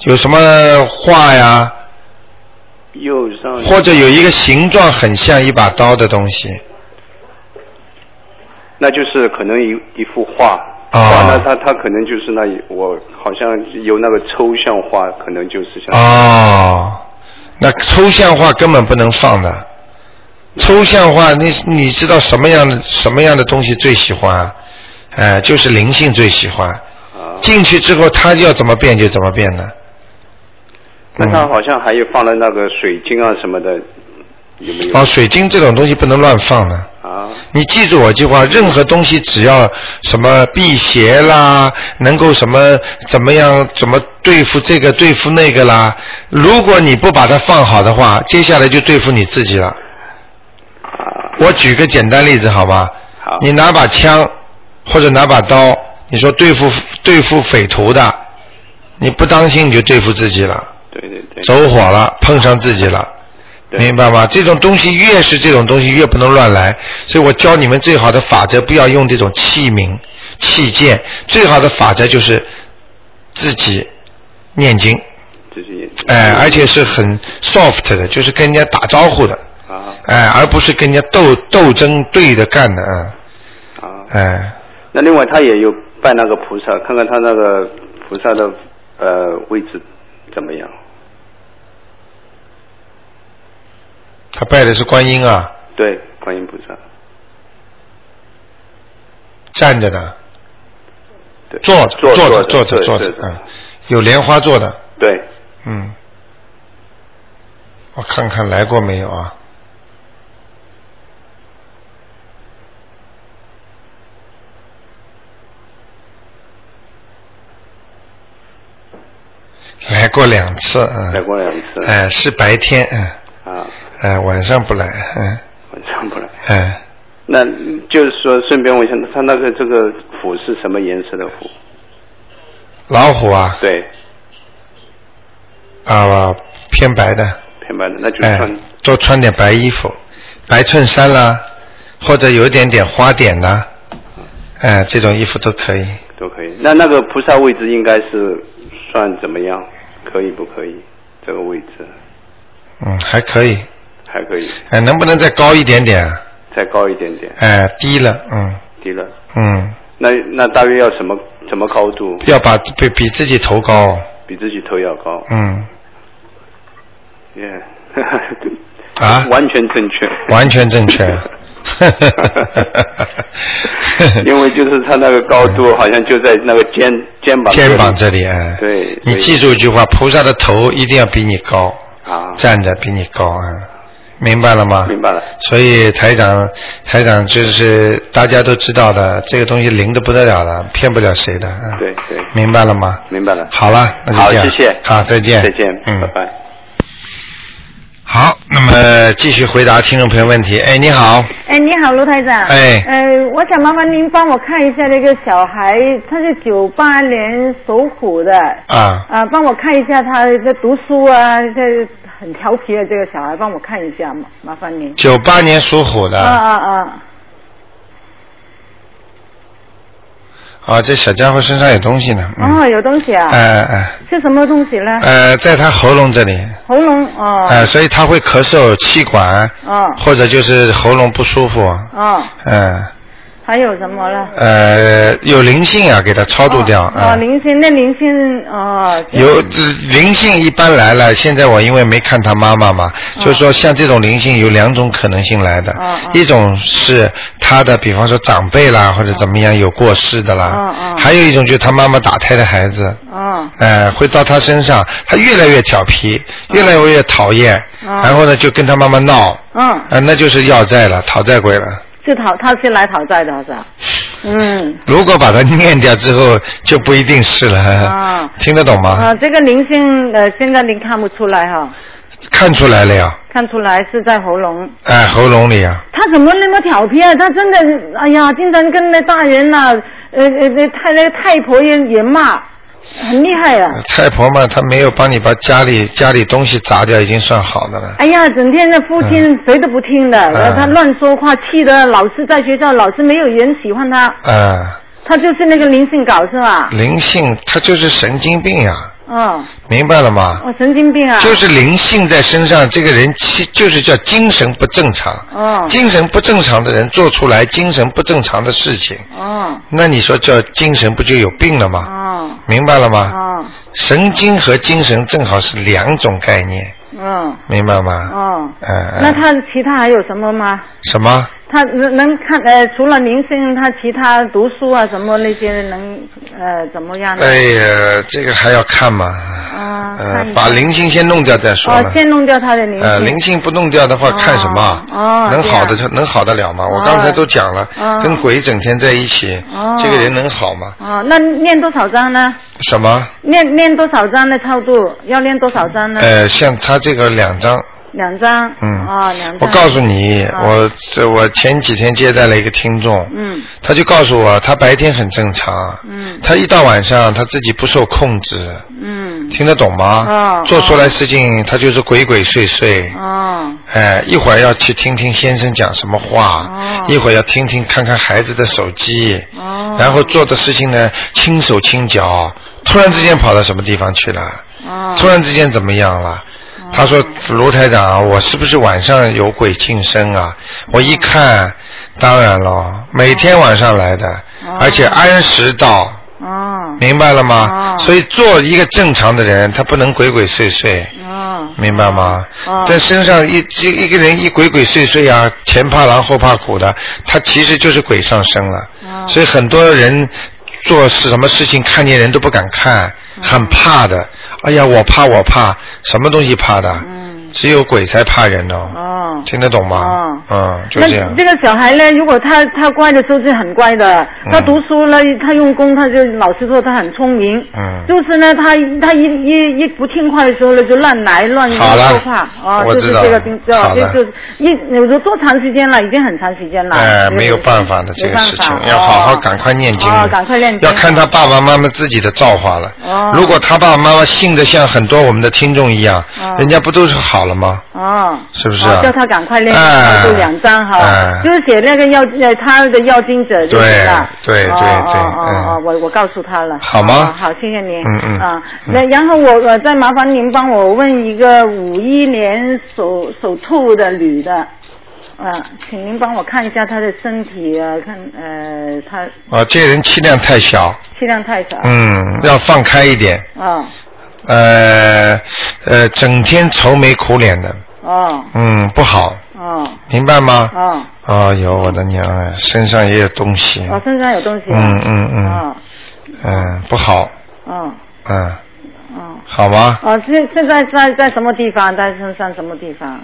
S1: 有什么画呀？
S7: 右上
S1: 或者有一个形状很像一把刀的东西？
S7: 那就是可能一一幅画，
S1: 啊
S7: 画呢，他他可能就是那一我好像有那个抽象画，可能就是
S1: 啊
S7: 像、
S1: 哦，那抽象画根本不能放的。抽象画，你你知道什么样的什么样的东西最喜欢啊？哎，就是灵性最喜欢。
S7: 啊，
S1: 进去之后，他要怎么变就怎么变的。
S7: 那他好像还有放了那个水晶啊什么的，有没有？
S1: 哦，水晶这种东西不能乱放的。
S7: 啊，
S1: 你记住我一句话，任何东西只要什么辟邪啦，能够什么怎么样，怎么对付这个对付那个啦。如果你不把它放好的话，接下来就对付你自己了。我举个简单例子好吗？
S7: 好
S1: 你拿把枪或者拿把刀，你说对付对付匪徒的，你不当心你就对付自己了，
S7: 对对对，
S1: 走火了，碰上自己了。
S7: 对
S1: 明白吗？这种东西越是这种东西越不能乱来，所以我教你们最好的法则，不要用这种器皿、器件。最好的法则就是自己念经，
S7: 这是也
S1: 哎、而且是很 soft 的，就是跟人家打招呼的，
S7: 啊
S1: 哎、而不是跟人家斗斗争对着干的，啊，
S7: 啊，
S1: 哎、
S7: 那另外他也有拜那个菩萨，看看他那个菩萨的呃位置怎么样？
S1: 他拜的是观音啊，
S7: 对，观音菩萨，
S1: 站着的，
S7: 对，
S1: 哦坐着，
S7: 坐
S1: 着，
S7: 坐
S1: 坐着，坐着
S7: 对，
S1: 嗯，有莲花坐的，
S7: 对，
S1: 嗯，我看看来过没有啊？来过两次，嗯，
S7: 来过两次，
S1: 哎、是白天，嗯，
S7: 啊，
S1: 哎、晚上不来，嗯，
S7: 晚上不来。
S1: 哎、
S7: 那就是说，顺便问一下，他那个这个虎是什么颜色的 虎？
S1: 老虎啊，
S7: 对，
S1: 啊、偏白的，
S7: 偏白的，那就
S1: 哎、
S7: 穿
S1: 多穿点白衣服，白衬衫啦，或者有一点点花点啦，哎、这种衣服都可以。
S7: 都可以。那那个菩萨位置应该是算怎么样？可以不可以？这个位置
S1: 嗯，还可以。
S7: 还可以，
S1: 哎、能不能再高一点点啊？
S7: 再高一点点，
S1: 哎、低了，嗯
S7: 低了。
S1: 嗯，
S7: 那那大约要什么什么高度？
S1: 要把比比自己头高，
S7: 比自己头要高。
S1: 嗯
S7: 耶、
S1: 啊，
S7: 完全正确。。
S1: 完全正确嗯
S7: 因为就是他那个高度，好像就在那个肩肩膀
S1: 肩膀
S7: 这
S1: 这
S7: 里
S1: 里哎，
S7: 对
S1: 你
S7: 对
S1: 记住一句话，菩萨的头一定要比你高，
S7: 啊，
S1: 站着比你高啊，明白了吗？
S7: 明白了。
S1: 所以台长，台长就是大家都知道的，这个东西灵的不得了了，骗不了谁的。啊
S7: 对对
S1: 明白了吗？
S7: 明白了。
S1: 好了，那
S7: 好
S1: 就这样。
S7: 谢谢
S1: 好，再见。
S7: 再见，
S1: 嗯，
S7: 拜拜。
S1: 好，那么继续回答听众朋友问题。哎，你好，
S8: 哎，你好，卢台长。
S1: 哎
S8: 呃，我想麻烦您帮我看一下这个小孩，他是九八年属虎的。
S1: 啊，
S8: 啊、帮我看一下他在读书啊，这很调皮的这个小孩，帮我看一下，麻麻烦您。
S1: 九八年属虎的
S8: 啊
S1: 啊
S8: 啊啊！
S1: 啊这小家伙身上有东西呢。嗯，
S8: 哦，有东西啊。
S1: 哎哎
S8: 是什么东西呢
S1: 哎，？呃，在他喉咙这里，
S8: 喉咙哦。
S1: 哎，所以他会咳嗽、气管，
S8: 哦
S1: 或者就是喉咙不舒服，
S8: 哦，
S1: 嗯，
S8: 还有什么呢？
S1: 呃，有灵性啊，给他超度掉
S8: 哦
S1: 啊。
S8: 哦，灵性，那灵性哦。这
S1: 有呃灵性一般来了，现在我因为没看他妈妈嘛，就是说像这种灵性有两种可能性来的，
S8: 哦哦
S1: 一种是他的，比方说长辈啦或者怎么样有过世的啦，
S8: 哦哦
S1: 还有一种就是他妈妈打胎的孩子，
S8: 哦
S1: 呃，会到他身上，他越来越调皮，越来越讨厌，
S8: 哦
S1: 啊然后呢就跟他妈妈闹，
S8: 嗯
S1: 呃，那就是要债了，讨债鬼了，
S8: 是讨他先来讨债的，是吧？
S1: 哎
S8: 嗯。
S1: 如果把它念掉之后，就不一定是了。
S8: 啊
S1: 听得懂吗？
S8: 啊，这个灵性呃，现在您看不出来哈、
S1: 看出来了呀，
S8: 看出来是在喉咙。
S1: 哎，喉咙里啊，
S8: 他怎么那么调皮啊？他真的，哎呀，经常跟那大人呐、呃呃，那太那太婆也也骂，很厉害啊。
S1: 太婆嘛，她没有帮你把家里家里东西砸掉，已经算好的了。
S8: 哎呀，整天的父亲
S1: 啊
S8: 谁都不听的，然后他乱说话，气得老师在学校老师没有人喜欢他，
S1: 啊、
S8: 他就是那个灵性搞是吧？
S1: 灵性它就是神经病呀、
S8: 嗯，
S1: 明白了吗？
S8: 哦，神经病啊。
S1: 就是灵性在身上，这个人其就是叫精神不正常。
S8: 哦
S1: 精神不正常的人做出来精神不正常的事情，
S8: 哦
S1: 那你说叫精神不就有病了吗？
S8: 哦
S1: 明白了吗？
S8: 哦
S1: 神经和精神正好是两种概念，
S8: 哦
S1: 明白吗？
S8: 哦。
S1: 嗯、呃，
S8: 那他其他还有什么吗？
S1: 什么？
S8: 他能能看呃，除了灵性，他其他读书啊什么那些能呃怎么样呢？
S1: 哎呀，这个还要看嘛。
S8: 啊
S1: 呃
S8: 看一，下
S1: 把灵性先弄掉再说
S8: 哦
S1: 了，。
S8: 先弄掉他的灵性。
S1: 呃，灵性不弄掉的话，
S8: 哦
S1: 看什么啊？
S8: 哦
S1: 能好的
S8: 这样
S1: 能好得了吗？我
S8: 哦
S1: 刚才都讲了，
S8: 哦
S1: 跟鬼整天在一起
S8: 哦，
S1: 这个人能好吗？
S8: 哦，那念多少章呢？
S1: 什么？
S8: 念念多少章的超度？要念多少章呢？
S1: 呃，像他这个两张，
S8: 两章。
S1: 嗯
S8: 哦，两章。
S1: 我告诉你，
S8: 哦
S1: 我这我前几天接待了一个听众，
S8: 嗯
S1: 他就告诉我，他白天很正常，
S8: 嗯
S1: 他一到晚上他自己不受控制，
S8: 嗯。
S1: 听得懂吗
S8: 哦？
S1: 做出来事情他就是鬼鬼祟祟，
S8: 哦
S1: 哎，一会儿要去听听先生讲什么话，
S8: 哦
S1: 一会儿要听听看看孩子的手机，
S8: 哦。
S1: 然后做的事情呢轻手轻脚，突然之间跑到什么地方去了，
S4: 嗯
S8: 哦。
S1: 突然之间怎么样了？他说：“卢台长，我是不是晚上有鬼近身啊？”我一看，当然了，每天晚上来的，而且按时到，
S8: 哦
S1: 明白了吗？
S8: 哦
S1: 所以做一个正常的人，他不能鬼鬼祟祟。
S8: 哦。
S1: 明白吗？
S8: 哦
S1: 在身上一一一个人一鬼鬼祟祟啊，前怕狼后怕虎的，他其实就是鬼上身了。
S8: 哦
S1: 所以很多人做是什么事情，看见人都不敢看，
S8: 嗯
S1: 很怕的。哎呀，我怕，我怕，什么东西怕的？
S8: 嗯
S1: 只有鬼才怕人哦。
S8: 哦。
S1: 听得懂吗
S8: 哦？
S1: 嗯，就
S8: 那
S1: 这样
S8: 这。个小孩呢，如果他他乖的时候是很乖的，
S1: 嗯
S8: 他读书呢，他用功，他就老师说他很聪明。
S1: 嗯
S8: 就是呢，他他一一一不听话的时候呢，就乱来乱
S1: 好了
S8: 说话，哦，
S1: 我
S8: 就是
S1: 知道
S8: 这
S1: 了
S8: 个病，就
S1: 好
S8: 就
S1: 了
S8: 就是一有的多长时间了，已经很长时间了。
S1: 哎，
S8: 就是
S1: 没有办法的
S8: 没
S1: 这个
S8: 办
S1: 事情
S8: 法，
S1: 要好好
S8: 哦
S1: 赶快念经的。
S8: 哦，赶快练经。
S1: 要看他爸爸妈妈自己的造化了。
S8: 哦
S1: 如果他爸爸妈妈信的像很多我们的听众一样，
S8: 哦
S1: 人家不都是好了吗？
S8: 哦，
S1: 是不是啊
S8: 哦叫他赶快练，
S1: 哎
S8: 超度两张
S1: 哎
S8: 哈，就是写那个要呃他的要经者就行了。
S1: 对对
S8: 哦
S1: 对对
S8: 哦哦
S1: 嗯
S8: 哦，我我告诉他了。
S1: 好吗
S8: 哦好，谢谢您。
S1: 嗯嗯
S8: 啊，
S1: 嗯
S8: 那然后我我再麻烦您帮我问一个五一年属属兔的女的，啊，请您帮我看一下她的身体啊，看呃她
S1: 啊，这人气量太小，
S8: 气量太小。。
S1: 嗯，要放开一点。
S8: 哦
S1: 呃呃，整天愁眉苦脸的，
S8: 哦
S1: 嗯，不好，
S8: 哦
S1: 明白吗？
S8: 哦，
S1: 啊，有我的娘啊，身上也有东西，
S8: 我身上有东西啊。
S1: 嗯嗯嗯
S8: 哦
S1: 嗯，不好，
S8: 哦
S1: 嗯，
S8: 哦。
S1: 好吗？
S8: 哦，现现在在在什么地方？在身上什么地方？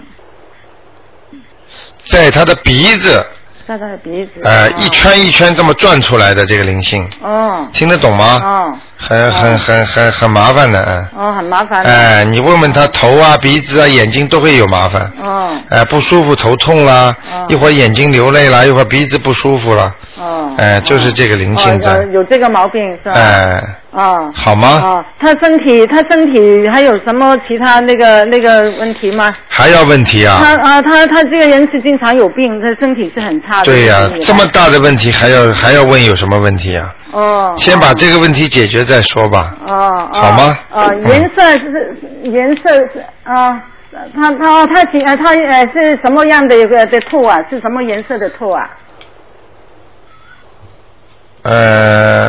S1: 在他的鼻子，
S8: 在他的鼻子。
S1: 呃，
S8: 哦
S1: 一。圈一圈这么转出来的这个灵性，
S8: 哦
S1: 听得懂吗？
S8: 哦
S1: 很很很很很麻烦的，嗯。
S8: 哦，很麻烦。
S1: 哎，你问问他头啊、鼻子啊、眼睛都会有麻烦。
S8: 哦
S1: 哎，不舒服、头痛啦，
S8: 嗯
S1: 一会儿眼睛流泪啦，一会儿鼻子不舒服啦。
S8: 哦。
S1: 哎，就是这个灵性
S8: 哦
S1: 在
S8: 有。有这个毛病是吧？。
S1: 哎，
S8: 哦。
S1: 好吗？
S8: 哦，他身体他身体还有什么其他那个那个问题吗？
S1: 还要问题
S8: 他
S1: 啊？
S8: 啊他他这个人是经常有病，他身体是很差的。
S1: 对呀、
S8: 就是
S1: 这么大的问题还要还要问有什么问题啊？
S8: 哦。
S1: 先把
S8: 哦
S1: 这个问题解决再说吧。
S8: 哦，哦
S1: 好吗
S8: 哦，
S1: 嗯
S8: 颜色是颜色是啊，他他他几呃他呃是什么样的一个的兔啊？是什么颜色的兔啊？
S1: 呃，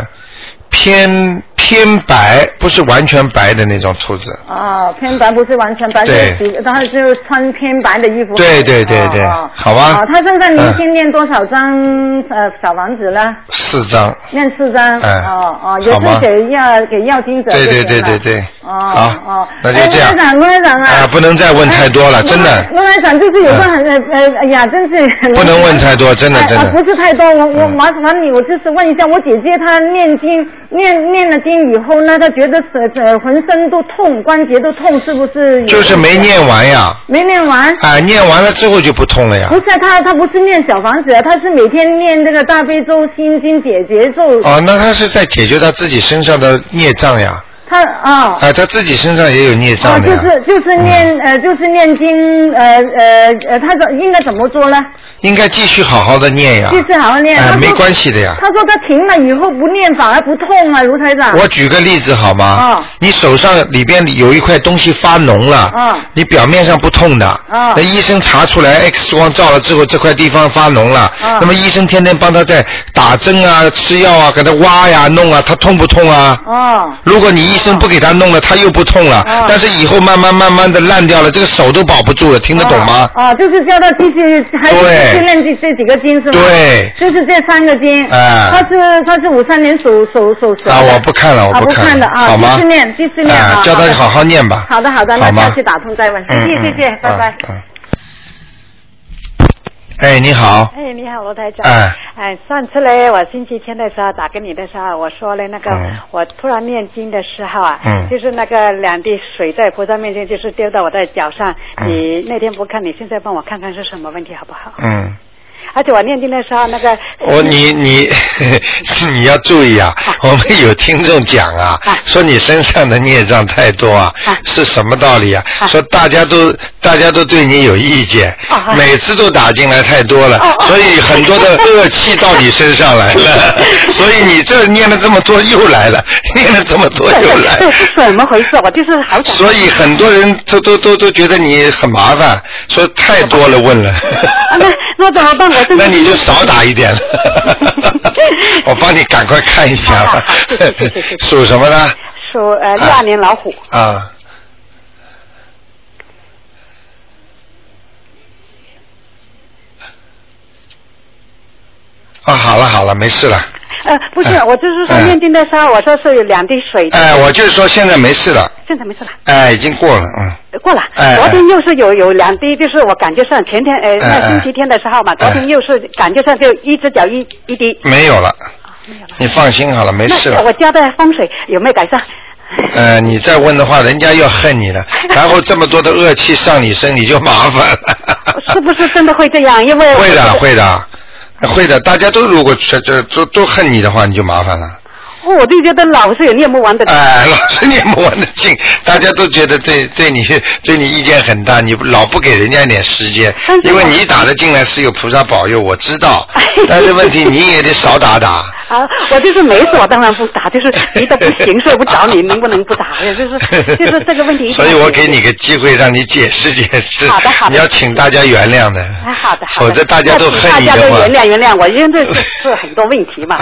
S1: 偏偏白，不是完全白的那种兔子。
S8: 哦，偏白不是完全白，就
S1: 对
S8: 是比然后就穿偏白的衣服。
S1: 对对对对
S8: 哦哦
S1: 好吧
S8: 哦，他现在
S1: 嗯
S8: 您先念多少张、呃小房子呢？
S1: 四张，
S8: 念四张。
S1: 哎
S8: 哦哦，也
S1: 好吗
S8: 是给要给要经者就
S1: 对对对
S8: 行了
S1: 对对，
S8: 哦
S1: 好
S8: 哦，，
S1: 那就这样
S8: 哎卢台。长，卢台长啊
S1: 啊，不能再问太多了，真的
S8: 哎。陆台长，就是有个很呃呃，哎呀，真是
S1: 不能问太多真的
S8: 哎
S1: 真的
S8: 啊不是太多，我我
S1: 嗯
S8: 麻烦你，我就是问一下，我姐姐她念经念念了经以后呢，她觉得呃呃浑身都痛，关节都痛，是不是有？啊
S1: 就是没念完呀，
S8: 没念完。
S1: 啊，念完了之后就不痛了呀
S8: 不。是啊她，她不是念小房子，啊她是每天念这个大悲咒、心经、解结咒。
S1: 哦，那他是在解决他自己身上的孽障呀，
S8: 她啊。
S1: 啊，他自己身上也有孽
S8: 啊，
S1: 障的
S8: 就
S1: 呀。
S8: 是就是
S1: 嗯
S8: 念、呃，就是念经呃呃呃，她怎应该怎么做呢？
S1: 应该继续好好的念哎呀。
S8: 继续好好念
S1: 哎
S8: 他，说
S1: 没关系的呀。
S8: 他说他停了以后不念反而不痛啊，卢台长。
S1: 我举个例子好吗？
S8: 嗯
S1: 你手上里边有一块东西发脓了，
S8: 嗯
S1: 你表面上不痛的，
S8: 嗯
S1: 那医生查出来 X 光照了之后，这块地方发脓了，
S8: 嗯
S1: 那么医生天天帮他在打针啊、吃药啊、给他挖呀、弄啊，他痛不痛啊？
S8: 哦
S1: 如果你医生不给他弄了，他又不痛了，
S8: 嗯
S1: 但是以后慢慢慢慢的烂掉了，这个手都保不住了，听得懂吗？
S8: 哦，哦就是叫他继续还是
S1: 对
S8: 继续念这这几个经是吗？。
S1: 对，
S8: 就是这三个经。
S1: 哎
S8: 他是他是五三年属属属蛇的。
S1: 啊，我不看了，我
S8: 啊不
S1: 看
S8: 看
S1: 了，
S8: 的啊，
S1: 好吗？
S8: 继续念，继续念
S1: 啊
S8: 啊。
S1: 叫他
S8: 的
S1: 好好念吧。
S8: 好的好的，那
S1: 好吗
S8: 下次打通再问，谢
S1: 嗯
S8: 谢
S1: 嗯
S8: 谢谢，拜拜。
S1: 嗯。嗯哎，你好。
S9: 哎，你好，罗台长。
S1: 哎
S9: 哎，上次嘞，我星期天的时候打给你的时候，我说了那个，
S1: 嗯
S9: 我突然念经的时候啊，
S1: 嗯
S9: 就是那个两滴水在菩萨面前，就是丢到我的脚上。
S1: 嗯
S9: 你那天不看，你现在帮我看看是什么问题好不好？
S1: 嗯，
S9: 而且我念经的时候，那个
S1: 我你你 你要注意啊！我们有听众讲啊
S9: 啊，
S1: 说你身上的孽障太多啊
S9: 啊，
S1: 是什么道理啊？
S9: 啊
S1: 说大家都大家都对你有意见
S9: 哦，哦
S1: 每次都打进来太多了
S9: 哦，哦
S1: 所以很多的恶气到你身上来了， 所以你这念了这么多又来了，念了这么多又来了
S6: 这。是怎么回事？我就是好想。
S1: 所以很多人都都都都觉得你很麻烦，说太多了问了。
S9: 啊那那怎么办？我 真
S1: 那
S9: 的
S1: 你就少打一 点了。我帮你赶快看一下
S9: 好好
S1: 吧
S9: 好谢谢谢谢谢。谢
S1: 属什么呢？
S9: 属
S1: 哎
S9: 呃六二年老虎，
S1: 啊。啊，好了好了，没事了。
S9: 呃不是
S1: 哎，
S9: 我就是说
S1: 哎
S9: 念经的时候，我说是有两滴水，
S1: 哎，我就是说现在没事了，
S9: 现在没事了。
S1: 哎，已经过了，嗯。
S9: 过了，
S1: 哎
S9: 昨天又是有有两滴，就是我感觉上前天呃、
S1: 哎
S9: 那星期天的时候嘛，昨天又是感觉上就一只脚一一滴，
S1: 没有了。你放心好了，没事
S9: 那
S1: 了
S9: 我。家的风水有没有 改善？
S1: 呃，你再问的话，人家又恨 你了，然后这么多的恶气上你身，你就麻烦了。
S9: 是不是真的会这样？因为我
S1: 会的，会的，会的。大家都如果这这都都恨你的话，你就麻烦了。
S9: 哦我就觉得老是有念不完的。
S1: 哎，老是念不完的经，大家都觉得对对你对你意见很大，你老不给人家一点时 间
S9: 但是，我
S1: 因为你打的进来是有菩萨保佑，我知 道。但是问题你也得少打打。
S9: 啊，我就是没事，我当然不打，就是急得不行，睡不着你，能不能不打哎呀？就是就是这个问题。
S1: 所以我给你。个机会让你解释解释。
S9: 好的好的
S1: 你要请大家原谅的。
S9: 哎，好的，好的
S1: 否则大家都恨你
S9: 大家
S1: 的
S9: 都
S1: 话。
S9: 原谅原谅我，因为这是是很多问题嘛。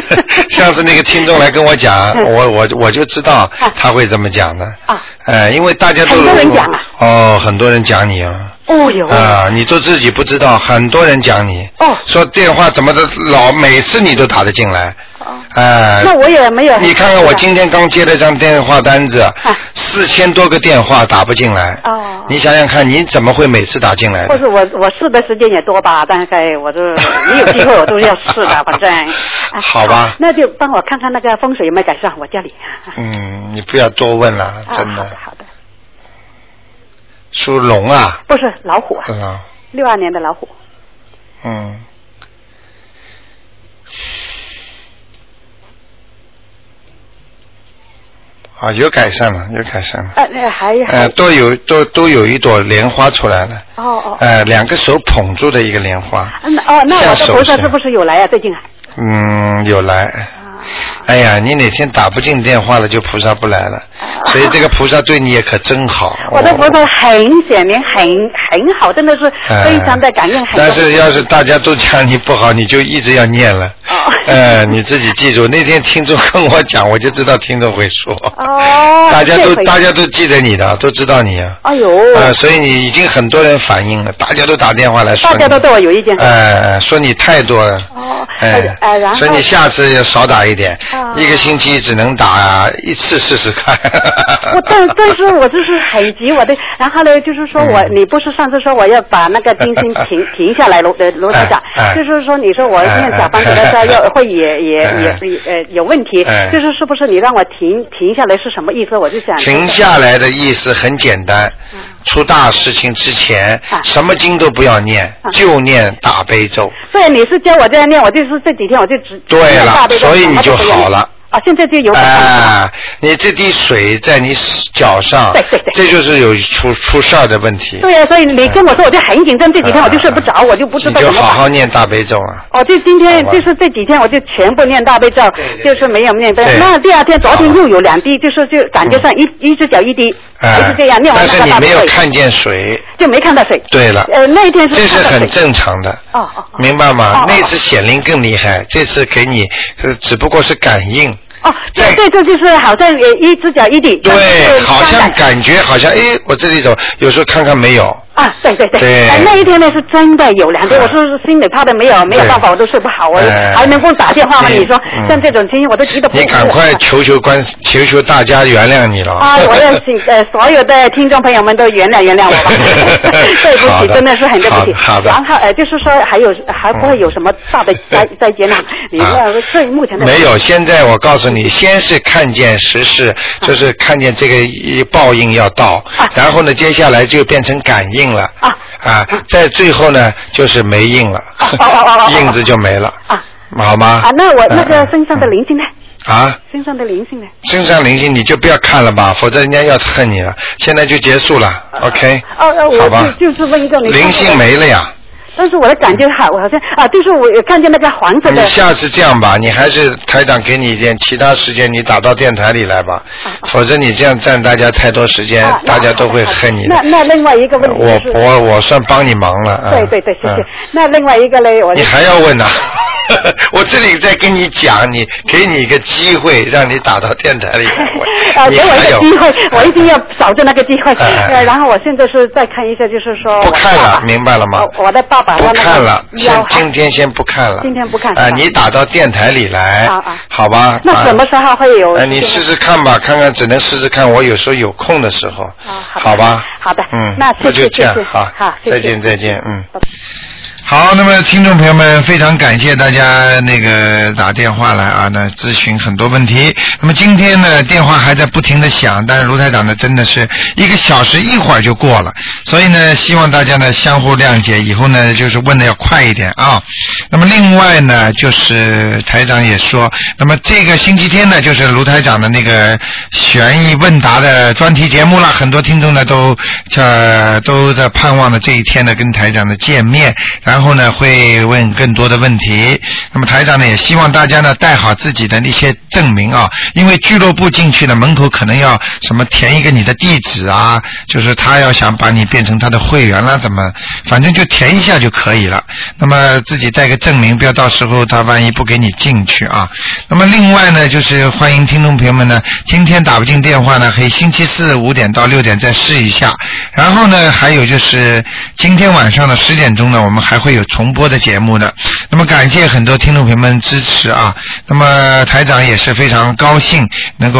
S1: 上次那个听众来跟我讲，
S9: 嗯
S1: 我我我就知道
S9: 啊
S1: 他会这么讲的。
S9: 啊
S1: 呃，因为大家都
S9: 很多人讲啊
S1: 哦，很多人讲你啊。
S9: 哦哟，
S1: 啊，你都自己不知道，很多人讲你。
S9: 哦
S1: 说电话怎么的老，每次你都打得进来。
S9: 哦
S1: 哎、
S9: 那我也没有。啊
S1: 你看看我今天刚接了张电话单子，四千多个电话打不进来。
S9: 哦
S1: 你想想看，你怎么会每次打进来的？
S9: 或是我我试的时间也多吧，大概我都你有机会我都要试的，反正。啊
S1: 好吧
S9: 那就帮我看看那个风水有没有改善，我家里。
S1: 嗯，你不要多问了，
S9: 啊，
S1: 真
S9: 好
S1: 的。
S9: 的好的，
S1: 属龙啊，
S9: 不是老虎啊，
S1: 是吧？
S9: 六二年的老虎。
S1: 嗯。啊，有改善了，有改善了。
S9: 呃，那还
S1: 呃
S9: 还，
S1: 都有都都有一朵莲花出来了，
S9: 哦哦。
S1: 呃，两个手捧住的一个莲花，
S9: 嗯哦，那我
S1: 像
S9: 的菩
S1: 手
S9: 萨
S1: 势
S9: 是不是有来啊？最近啊？
S1: 嗯，有来，
S9: 啊
S1: 哎呀，你哪天打不进电话了，就菩萨不来了。所以这个菩萨对你也可真好。
S9: 啊 我的佛头很显灵，很很好，真的是
S1: 哎
S9: 非常的感恩， 很
S1: 但是要是大家都讲你不好，你就一直要念了。哦。 呃，你自己记住，那天听众跟我讲，我就知道听众会说。
S9: 哦，
S1: 大家都
S9: 这回
S1: 大家都记得你的，都知道你啊。
S9: 哎呦，
S1: 呃，所以你已经很多人反映了，大家都打电话来说
S9: 大
S1: 你。
S9: 家都对我有意见。
S1: 呃，说你太多了。
S9: 哦，
S1: 哎
S9: 呃，呃然后
S1: 所以你下次要少打一点，
S9: 啊
S1: 一个星期只能打一次试试看。
S9: 我但但是我就是很急，我的，然后呢，就是说
S1: 嗯
S9: 我，你不是上次说我要把那个金星 停停下来，罗呃罗台长
S1: 哎哎，哎
S9: 就是说你说我念小方子的 时候要会也也也也呃有问题
S1: 哎，
S9: 就是是不是你让我停停下来是什么意思？我就想
S1: 停下来的意思很简单，
S9: 嗯
S1: 出大事情之前，什么经都不要念，
S9: 嗯
S1: 就念大悲咒。
S9: 对，你是教我这样念，我就是这几天我就只
S1: 对
S9: 只念大
S1: 了，
S9: 悲咒
S1: 所以
S9: 什
S1: 你
S9: 么
S1: 就
S9: 都不要
S1: 好了。
S9: 啊，现在就有感觉
S1: 啊，你这滴水在你脚上，
S9: 对对对
S1: 这就是有出出事儿的问题。
S9: 对呀、啊所以你跟我说，我就很紧张，这几天我就睡不着，我就不知
S1: 哎你
S9: 道
S1: 就
S9: 怎么
S1: 好
S9: 办。
S1: 好念大悲咒啊。
S9: 哦，就今天
S1: 好吧
S9: 就是这几天，我就全部念大悲咒，就是没有念大悲
S1: 对嗯
S9: 咒。那第二天，昨天又有两滴，就是就感觉上一、一只脚一滴，
S1: 哎
S9: 就是这样念完
S1: 但
S9: 那
S1: 是
S9: 个
S1: 你
S9: 大悲
S1: 没
S9: 咒
S1: 有
S9: 以后，
S1: 看见水，
S9: 就没看到水。
S1: 对了
S9: 呃，那一天
S1: 这
S9: 是
S1: 是
S9: 看到水
S1: 很正常的，
S9: 哦哦
S1: 明白吗
S9: 哦？
S1: 那次显灵更厉害，这次给你呃只不过是感应，
S9: 哦，对对，这就是好像呃一只脚一滴。
S1: 对，
S9: 啊但是
S1: 哎好像
S9: 伤感
S1: 感觉好像哎，我这里走，有时候看看没有，
S9: 啊，对对对，
S1: 对啊
S9: 哎那一天呢是真的有两滴，我是心里怕的没有没有
S1: 对
S9: 办法，我都睡不好，我
S1: 哎
S9: 还能不能打电话吗？
S1: 你
S9: 你说
S1: 嗯
S9: 像这种情形，我都急得不
S1: 你
S9: 行
S1: 赶
S9: 了
S1: 快求求观，求求大家原谅你了。
S9: 啊！我要请呃所有的听众朋友们都原谅原谅我 吧，对不
S1: 好
S9: 起，
S1: 的
S9: 真的是很对不起。
S1: 好的好的
S9: 然后呃，就是说还有还不会有什么大的灾灾劫难，你
S1: 啊
S9: 那最目前的
S1: 没有，现在我告诉你，先是看见时事，
S9: 啊
S1: 就是看见这个一报应要到，然后呢，接下来就变成感应了，啊，在最后呢，就是没应了，印子就没了，好吗？
S9: 啊，那我那个
S1: 嗯
S9: 身上的灵性呢？
S1: 啊，
S9: 身上的灵性呢？
S1: 身上灵性你就不要看了吧，否则人家要恨你了。现在就结束了，OK？
S9: 哦哦，
S1: 好
S9: 我
S1: 吧
S9: 就就是问一个你看
S1: 灵
S9: 过
S1: 性
S9: 的
S1: 没了呀。
S9: 但是我的感觉好，我好像啊，就是我看见那个 黄色的
S1: 你下次这样吧，你还是台长给你一点其他时间，你打到电台里来吧，否则你这样占大家太多时间，大家都会恨你的
S9: 那。啊那另外一个问题
S1: 我
S9: 就是，
S1: 我我算帮你忙了啊！
S9: 对对对，谢谢
S1: 嗯。
S9: 那另外一个呢，我
S1: 你
S9: 就
S1: 还要问呐、啊 我这里在跟你讲，你给你一个机会，让你打到电台里来问
S9: 呃，
S1: 你
S9: 给我一
S1: 还
S9: 个
S1: 有
S9: 机会，我一定要找着那个机会。
S1: 哎哎哎
S9: 呃，然后我现在是再看一下，就是说
S1: 不看了，明白了吗？
S9: 我我的爸爸
S1: 不
S9: 的那
S1: 看了，
S9: 个腰
S1: 先
S9: 哈
S1: 今天先不看了。
S9: 今天不看
S1: 啊、
S9: 是吧
S1: 你打到电台里来，
S9: 啊啊
S1: 好吧？
S9: 那
S1: 啊
S9: 什么时候会有？
S1: 哎，你试试看吧，看看只能试试看。我有时候有空的时候，好吧？
S9: 好的
S1: 嗯，
S9: 那谢谢
S1: 就这样
S9: 谢谢
S1: 好
S9: 好谢谢
S1: 再见再见，嗯。好，那么听众朋友们，非常感谢大家那个打电话来啊，那咨询很多问题。那么今天呢，电话还在不停的响，但是卢台长呢，真的是一个小时一会儿就过了，所以呢，希望大家呢相互谅解，以后呢就是问的要快一点啊。那么另外呢，就是台长也说，那么这个星期天呢，就是卢台长的那个悬疑问答的专题节目了，很多听众呢都呃都在盼望着这一天呢跟台长的见面，然后呢会问更多的问题。那么台长呢也希望大家呢带好自己的那些证明啊，因为俱乐部进去呢门口可能要什么填一个你的地址啊，就是他要想把你变成他的会员啦，怎么反正就填一下就可以了。那么自己带个证明，不要到时候他万一不给你进去啊。那么另外呢，就是欢迎听众朋友们呢，今天打不进电话呢，可以星期四五点到六点再试一下。然后呢，还有就是今天晚上的十点钟呢，我们还会有重播的节目的。那么感谢很多听众朋友们支持啊。那么台长也是非常高兴能够。